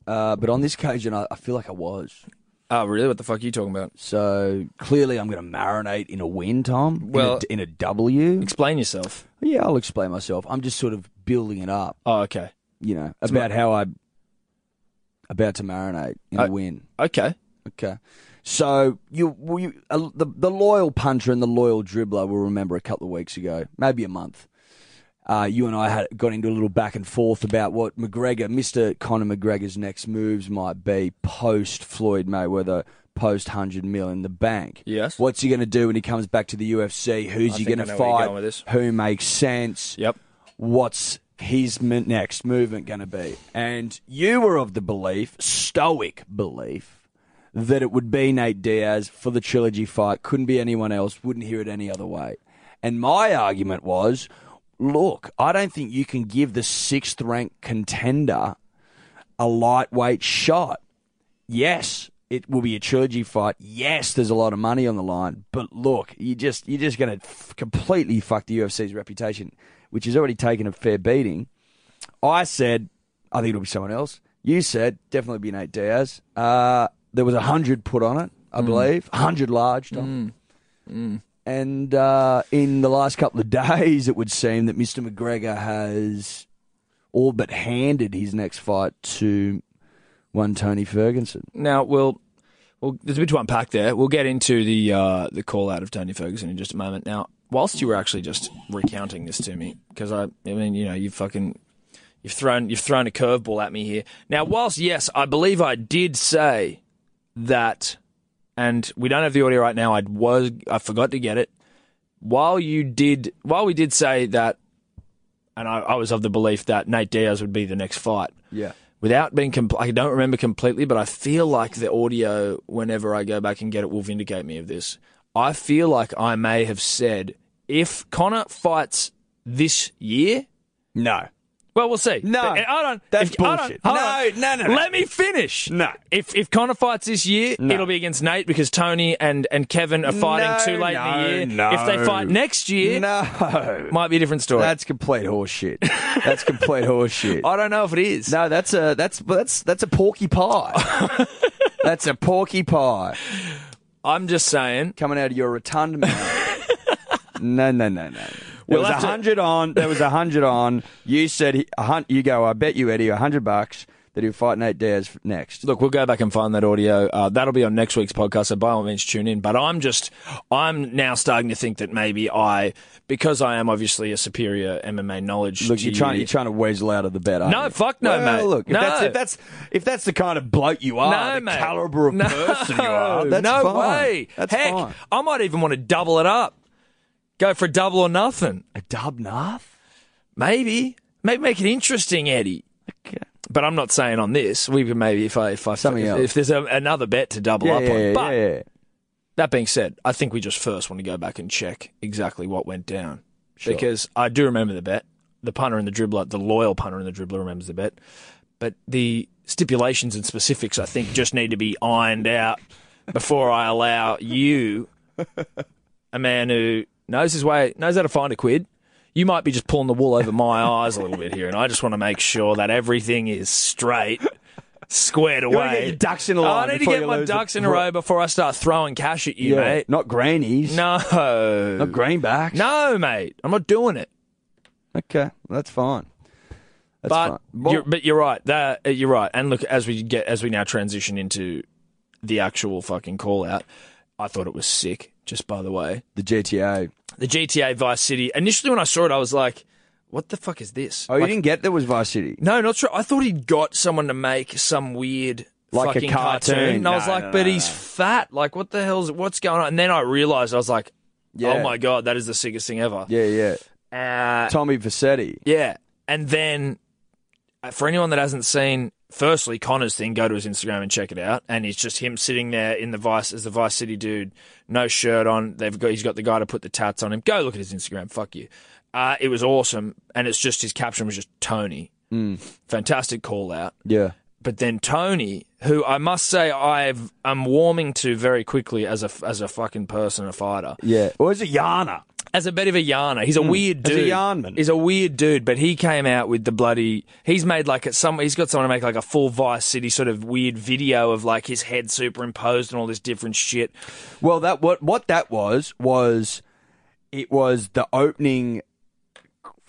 S1: Uh, but on this occasion, I, I feel like I was.
S3: oh, really? What the fuck are you talking about?
S1: So clearly, I'm going to marinate in a win, Tom.
S3: Well-
S1: in a, in a W.
S3: Explain yourself.
S1: Yeah, I'll explain myself. I'm just sort of building it up,
S3: Oh, okay.
S1: you know, about how I'm about to marinate in a
S3: I-
S1: win.
S3: Okay.
S1: Okay. So you, will you uh, the the loyal punter and the loyal dribbler will remember a couple of weeks ago, maybe a month. Uh, you and I had got into a little back and forth about what McGregor, Mister Conor McGregor's next moves might be post Floyd Mayweather, post hundred mil in the bank.
S3: Yes.
S1: What's he going to do when he comes back to the UFC? Who's he
S3: think
S1: going
S3: I know
S1: to
S3: where you're
S1: fight?
S3: going with this.
S1: Who makes sense?
S3: Yep.
S1: what's his m- next movement going to be? And you were of the belief, stoic belief, that it would be Nate Diaz for the trilogy fight. Couldn't be anyone else. Wouldn't hear it any other way. And my argument was, look, I don't think you can give the sixth ranked contender a lightweight shot. Yes, it will be a trilogy fight. Yes, there's a lot of money on the line. But look, you just you're just going to f- completely fuck the UFC's reputation, which has already taken a fair beating. I said I think it'll be someone else. You said definitely be Nate Diaz. Uh, there was a hundred put on it, I believe, hundred large. Tom. And uh, in the last couple of days, it would seem that Mr. McGregor has all but handed his next fight to one Tony Ferguson.
S3: Now we'll, well, there's a bit to unpack there. We'll get into the uh, the call out of Tony Ferguson in just a moment. Now, whilst you were actually just recounting this to me, because I, I mean, you know, you fucking, you've thrown you've thrown a curveball at me here. Now, whilst yes, I believe I did say that, and we don't have the audio right now. I was I forgot to get it. While you did, while we did say that and I, I was of the belief that Nate Diaz would be the next fight.
S1: Yeah.
S3: Without being, compl- I don't remember completely, but I feel like the audio, whenever I go back and get it, will vindicate me of this. I feel like I may have said if Connor fights this year,
S1: No.
S3: well, we'll see.
S1: No.
S3: I don't.
S1: That's
S3: if- I don't-
S1: bullshit.
S3: hold
S1: No,
S3: on.
S1: no, no, no.
S3: Let me finish.
S1: No.
S3: If if Connor fights this year, it'll be against Nate because Tony and, and Kevin are fighting
S1: No,
S3: too late in the
S1: no,
S3: year.
S1: no.
S3: If they fight next year,
S1: No.
S3: might be a different story.
S1: That's complete horseshit. That's complete horseshit.
S3: I don't know if it is.
S1: No, that's a that's that's that's a porky pie. that's a porky pie
S3: I'm just saying.
S1: coming out of your rotund mouth. no, no, no, no. There
S3: We'll
S1: was a
S3: have to-
S1: hundred on. There was a hundred on. You said he- a hun- You go. I bet you Eddie a hundred bucks that he'll fight Nate Diaz f- next.
S3: Look, we'll go back and find that audio. Uh, that'll be on next week's podcast, so by all means tune in. But I'm just, I'm now starting to think that maybe I, because I am obviously a superior MMA knowledge.
S1: Look,
S3: to
S1: you're trying you're trying to weasel out of the bed. aren't
S3: No,
S1: you?
S3: fuck no,
S1: Well,
S3: mate.
S1: Look, if
S3: No.
S1: that's if that's if that's the kind of bloke you are,
S3: No,
S1: Ah, the
S3: mate.
S1: caliber of
S3: no,
S1: person you are, that's
S3: no
S1: fine.
S3: way.
S1: That's
S3: Heck,
S1: fine.
S3: I might even want to double it up. Go for a double or nothing.
S1: A dub naff?
S3: Maybe. Maybe make it interesting, Eddie.
S1: Okay.
S3: But I'm not saying on this. We could maybe if I if I
S1: Something
S3: if,
S1: else.
S3: if there's a, another bet to double
S1: Yeah,
S3: up
S1: yeah,
S3: on.
S1: yeah,
S3: But
S1: yeah.
S3: That being said, I think we just first want to go back and check exactly what went down. Because I do remember the bet. The punter and the dribbler, the loyal punter and the dribbler remembers the bet. But the stipulations and specifics, I think, just need to be ironed out before I allow you, a man who knows his way, knows how to find a quid. You might be just pulling the wool over my eyes a little bit here, and I just want to make sure that everything is straight, squared away. Oh,
S1: You want to get your ducks in a line
S3: I need to
S1: before
S3: get
S1: you
S3: my
S1: lose
S3: ducks
S1: the-
S3: in a row before I start throwing cash at you,
S1: Yeah.
S3: mate.
S1: Not greenies.
S3: No.
S1: Not greenbacks.
S3: No, mate. I'm not doing it.
S1: Okay, that's fine. That's
S3: But
S1: fine. Well,
S3: you're, but you're right. That uh, you're right. And look, as we get as we now transition into the actual fucking call out, I thought it was sick. Just by the way,
S1: the GTA.
S3: the GTA Vice City. Initially, when I saw it, I was like, "What the fuck is this?"
S1: Oh, you didn't get that was Vice City.
S3: No, not sure. I thought he'd got someone to make some weird
S1: Like a
S3: fucking cartoon.
S1: cartoon.
S3: And I was
S1: No,
S3: like,
S1: no,
S3: but
S1: no,
S3: he's fat. Like, what the hell's what's going on? And then I realized I was like,
S1: Yeah.
S3: oh my god, that is the sickest thing ever.
S1: Yeah, yeah.
S3: Uh,
S1: Tommy Vassetti.
S3: yeah. And then uh, for anyone that hasn't seen, firstly Connor's thing, go to his Instagram and check it out. And it's just him sitting there in the Vice as the Vice City dude, no shirt on. They've got he's got the guy to put the tats on him. Go look at his Instagram. Fuck you. Uh, it was awesome, and it's just his caption was just Tony. Fantastic call out
S1: Yeah.
S3: but then Tony, who I must say I've I'm warming to very quickly as a as a fucking person, a fighter,
S1: Yeah. Or is it Yana?
S3: as a bit of a yarner. He's a weird
S1: Hmm. As a
S3: dude.
S1: yarnman.
S3: He's a weird dude, but he came out with the bloody. He's made like a, some. He's got someone to make like a full Vice City sort of weird video of like his head superimposed and all this different shit.
S1: Well, that what what that was was it was the opening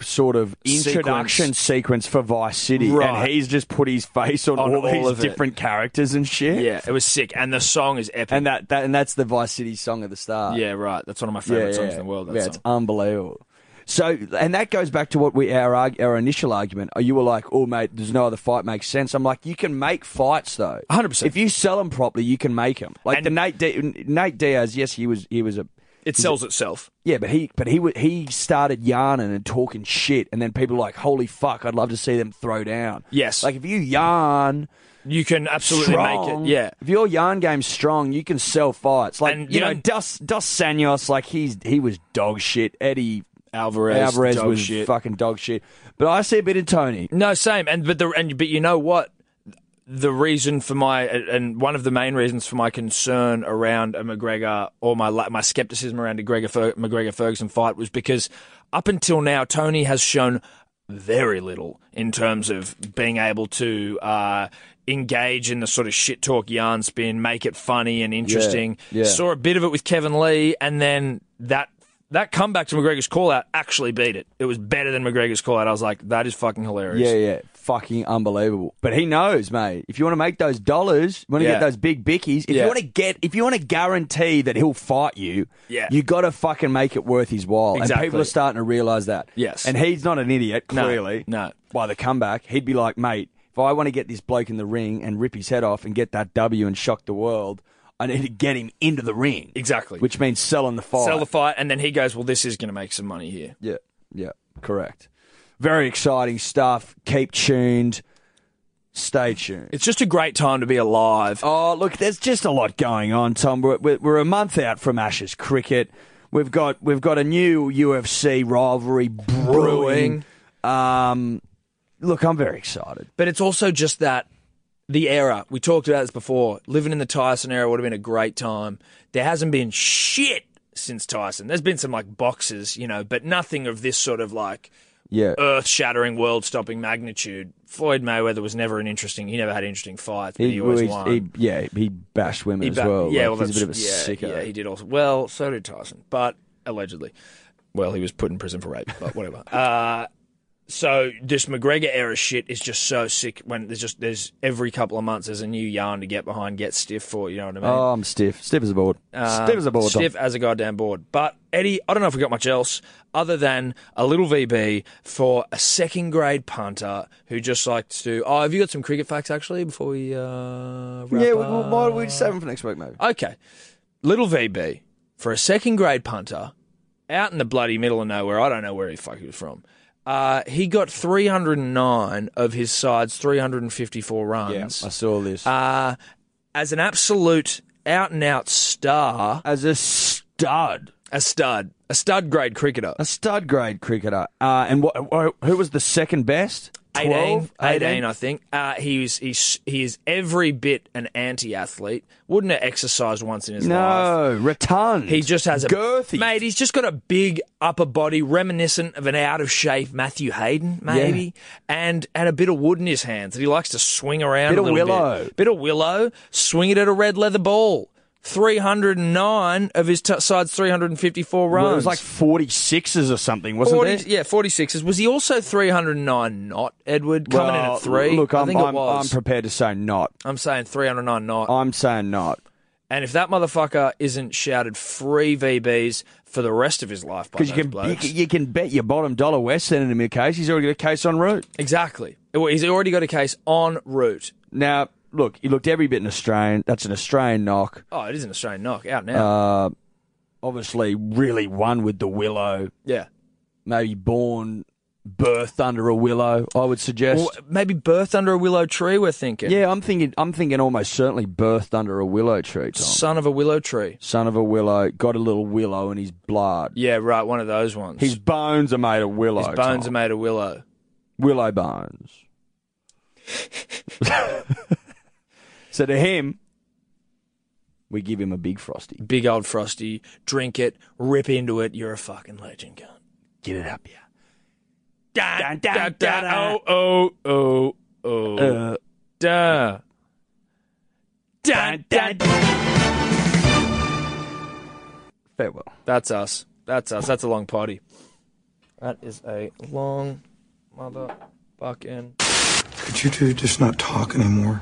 S1: sort of
S3: Sequence.
S1: introduction sequence for Vice City,
S3: Right.
S1: and he's just put his face on,
S3: On
S1: all,
S3: all
S1: these
S3: of it.
S1: different characters and shit.
S3: Yeah, it was sick, and the song is epic.
S1: And that, that and that's the Vice City song of the star.
S3: yeah, right. That's one of my favorite songs in the world. That
S1: yeah,
S3: song.
S1: it's unbelievable. So, and that goes back to what we our arg- our initial argument. You were like, "Oh, mate, there's no other fight makes sense." I'm like, "You can make fights though,
S3: 100%.
S1: If you sell them properly, you can make them." Like
S3: And-
S1: the Nate Di- Nate Diaz, yes, he was he was a
S3: it sells itself.
S1: yeah, but he but he wa- he started yarning and talking shit, and then people were like, "Holy fuck, I'd love to see them throw down."
S3: Yes.
S1: like if you yarn
S3: You can absolutely
S1: strong.
S3: make it. Yeah,
S1: If your yarn game's strong, you can sell fights. Like
S3: And
S1: you
S3: you
S1: know,
S3: don't-
S1: Dos Dos Sanios, like he's he was dog shit. Eddie
S3: Alvarez.
S1: Alvarez
S3: dog
S1: was
S3: shit.
S1: fucking dog shit. But I see a bit in Tony.
S3: No, same. And but the and but you know what? The reason for my and one of the main reasons for my concern around a McGregor or my la- my skepticism around a Gregor Fer- McGregor Ferguson fight was because up until now Tony has shown very little in terms of being able to uh, engage in the sort of shit talk yarn spin, make it funny and interesting.
S1: yeah.
S3: Saw a bit of it with Kevin Lee, and then that that comeback to McGregor's call out actually beat it. It was better than McGregor's call out. I was like, that is fucking hilarious.
S1: Yeah, yeah, fucking unbelievable. But he knows, mate. If you want to make those dollars, want to
S3: Yeah.
S1: get those big bickies. If
S3: Yeah.
S1: you want to get, if you want to guarantee that he'll fight you,
S3: Yeah.
S1: you got to fucking make it worth his while. And
S3: Exactly.
S1: people are starting to realize that.
S3: Yes.
S1: and he's not an idiot.
S3: No,
S1: Clearly,
S3: no.
S1: By the comeback, he'd be like, mate, if I want to get this bloke in the ring and rip his head off and get that W and shock the world, I need to get him into the ring.
S3: Exactly.
S1: Which means selling the fight.
S3: Sell the fight, and then he goes, "Well, this is going to make some money here."
S1: Yeah, yeah, correct. Very exciting stuff. Keep tuned. Stay tuned.
S3: It's just a great time to be alive.
S1: Oh, look, there's just a lot going on, Tom. We're, we're, we're a month out from Ashes cricket. We've got we've got a new UFC rivalry brewing. Um, look, I'm very excited.
S3: But it's also just that the era. We talked about this before. Living in the Tyson era would have been a great time. There hasn't been shit since Tyson. There's been some like boxes, you know, but nothing of this sort of like
S1: Yeah,
S3: earth shattering, world stopping magnitude. Floyd Mayweather was never an interesting, he never had interesting fights, but he, always
S1: he's-
S3: won.
S1: he- yeah, he bashed women
S3: He
S1: as
S3: ba-
S1: well.
S3: Yeah,
S1: Like,
S3: well,
S1: he's a bit of a
S3: that's-
S1: sicko.
S3: Yeah, yeah, he did also. Well, so did Tyson, but allegedly. Well, he was put in prison for rape, but whatever. uh, so this McGregor era shit is just so sick. When there's just there's every couple of months there's a new yarn to get behind, get stiff for. You know what I mean?
S1: Oh, I'm stiff. Stiff as a board.
S3: Um,
S1: stiff as a board. Tom.
S3: Stiff as a goddamn board. But Eddie, I don't know if we got much else other than a little VB for a second grade punter who just likes to. Oh, have you got some cricket facts actually before we uh, wrap
S1: Yeah, we, we,
S3: up?
S1: might, we just save them for next week, maybe.
S3: Okay. Little VB, for a second grade punter, out in the bloody middle of nowhere, I don't know where the fuck he was from. Uh, he got 309 of his side's 354
S1: Yeah, I
S3: runs.
S1: saw this.
S3: Uh, as an absolute out and out star,
S1: As a stud,
S3: a stud, a stud grade cricketer.
S1: a stud grade cricketer. Uh, and what, who was the second best?
S3: 18,
S1: 12?
S3: 18, I think. Uh, he was, he's, he is every bit an anti athlete. Wouldn't have exercised once in his life.
S1: No, rotund.
S3: He just has a
S1: girthy.
S3: mate. He's just got a big upper body, reminiscent of an out of shape Matthew Hayden, maybe, and and a bit of wood in his hands that he likes to swing around.
S1: Bit
S3: a
S1: of
S3: little
S1: willow.
S3: bit. bit of willow. Swing it at a red leather ball. Three hundred and nine of his t- side's three hundred and fifty-four runs.
S1: Well, it was like 46s or something, wasn't
S3: 40,
S1: it?
S3: yeah, 46s. Was he also 309 not, Edward? Coming in
S1: Well,
S3: at three?
S1: Look,
S3: I
S1: I'm,
S3: think
S1: I'm,
S3: it was.
S1: I'm prepared to say not.
S3: I'm saying 309 not.
S1: I'm saying not.
S3: And if that motherfucker isn't shouted free VBs for the rest of his life by
S1: Because
S3: those
S1: you can, you,
S3: blokes,
S1: can- you can bet your bottom dollar we're sending him a case. He's already got a case en route.
S3: exactly. Well, He's already got a case on route.
S1: Now, look, he looked every bit an Australian. That's an Australian knock.
S3: Oh, it is an Australian knock out
S1: Uh,
S3: now.
S1: Obviously, really one with the willow.
S3: yeah.
S1: Maybe born, birthed under a willow, I would suggest.
S3: Or maybe birthed under a willow tree. We're thinking.
S1: yeah, I'm thinking. I'm thinking almost certainly birthed under a willow tree. Tom.
S3: Son of a willow tree.
S1: Son of a willow, got a little willow in his blood.
S3: Yeah, right. One of those ones.
S1: His bones are made of willow.
S3: His bones are
S1: Tom.
S3: made of willow.
S1: willow bones. so to him, we give him a big frosty.
S3: Big old frosty. Drink it. Rip into it. You're a fucking legend, cunt.
S1: Get it up, yeah.
S3: Da,
S1: da, da, da.
S3: Oh, oh, oh, oh.
S1: Uh,
S3: da. Da, da, da.
S1: Farewell.
S3: That's us. That's us. That's a long party. That is a long motherfucking.
S4: Could you two just not talk anymore?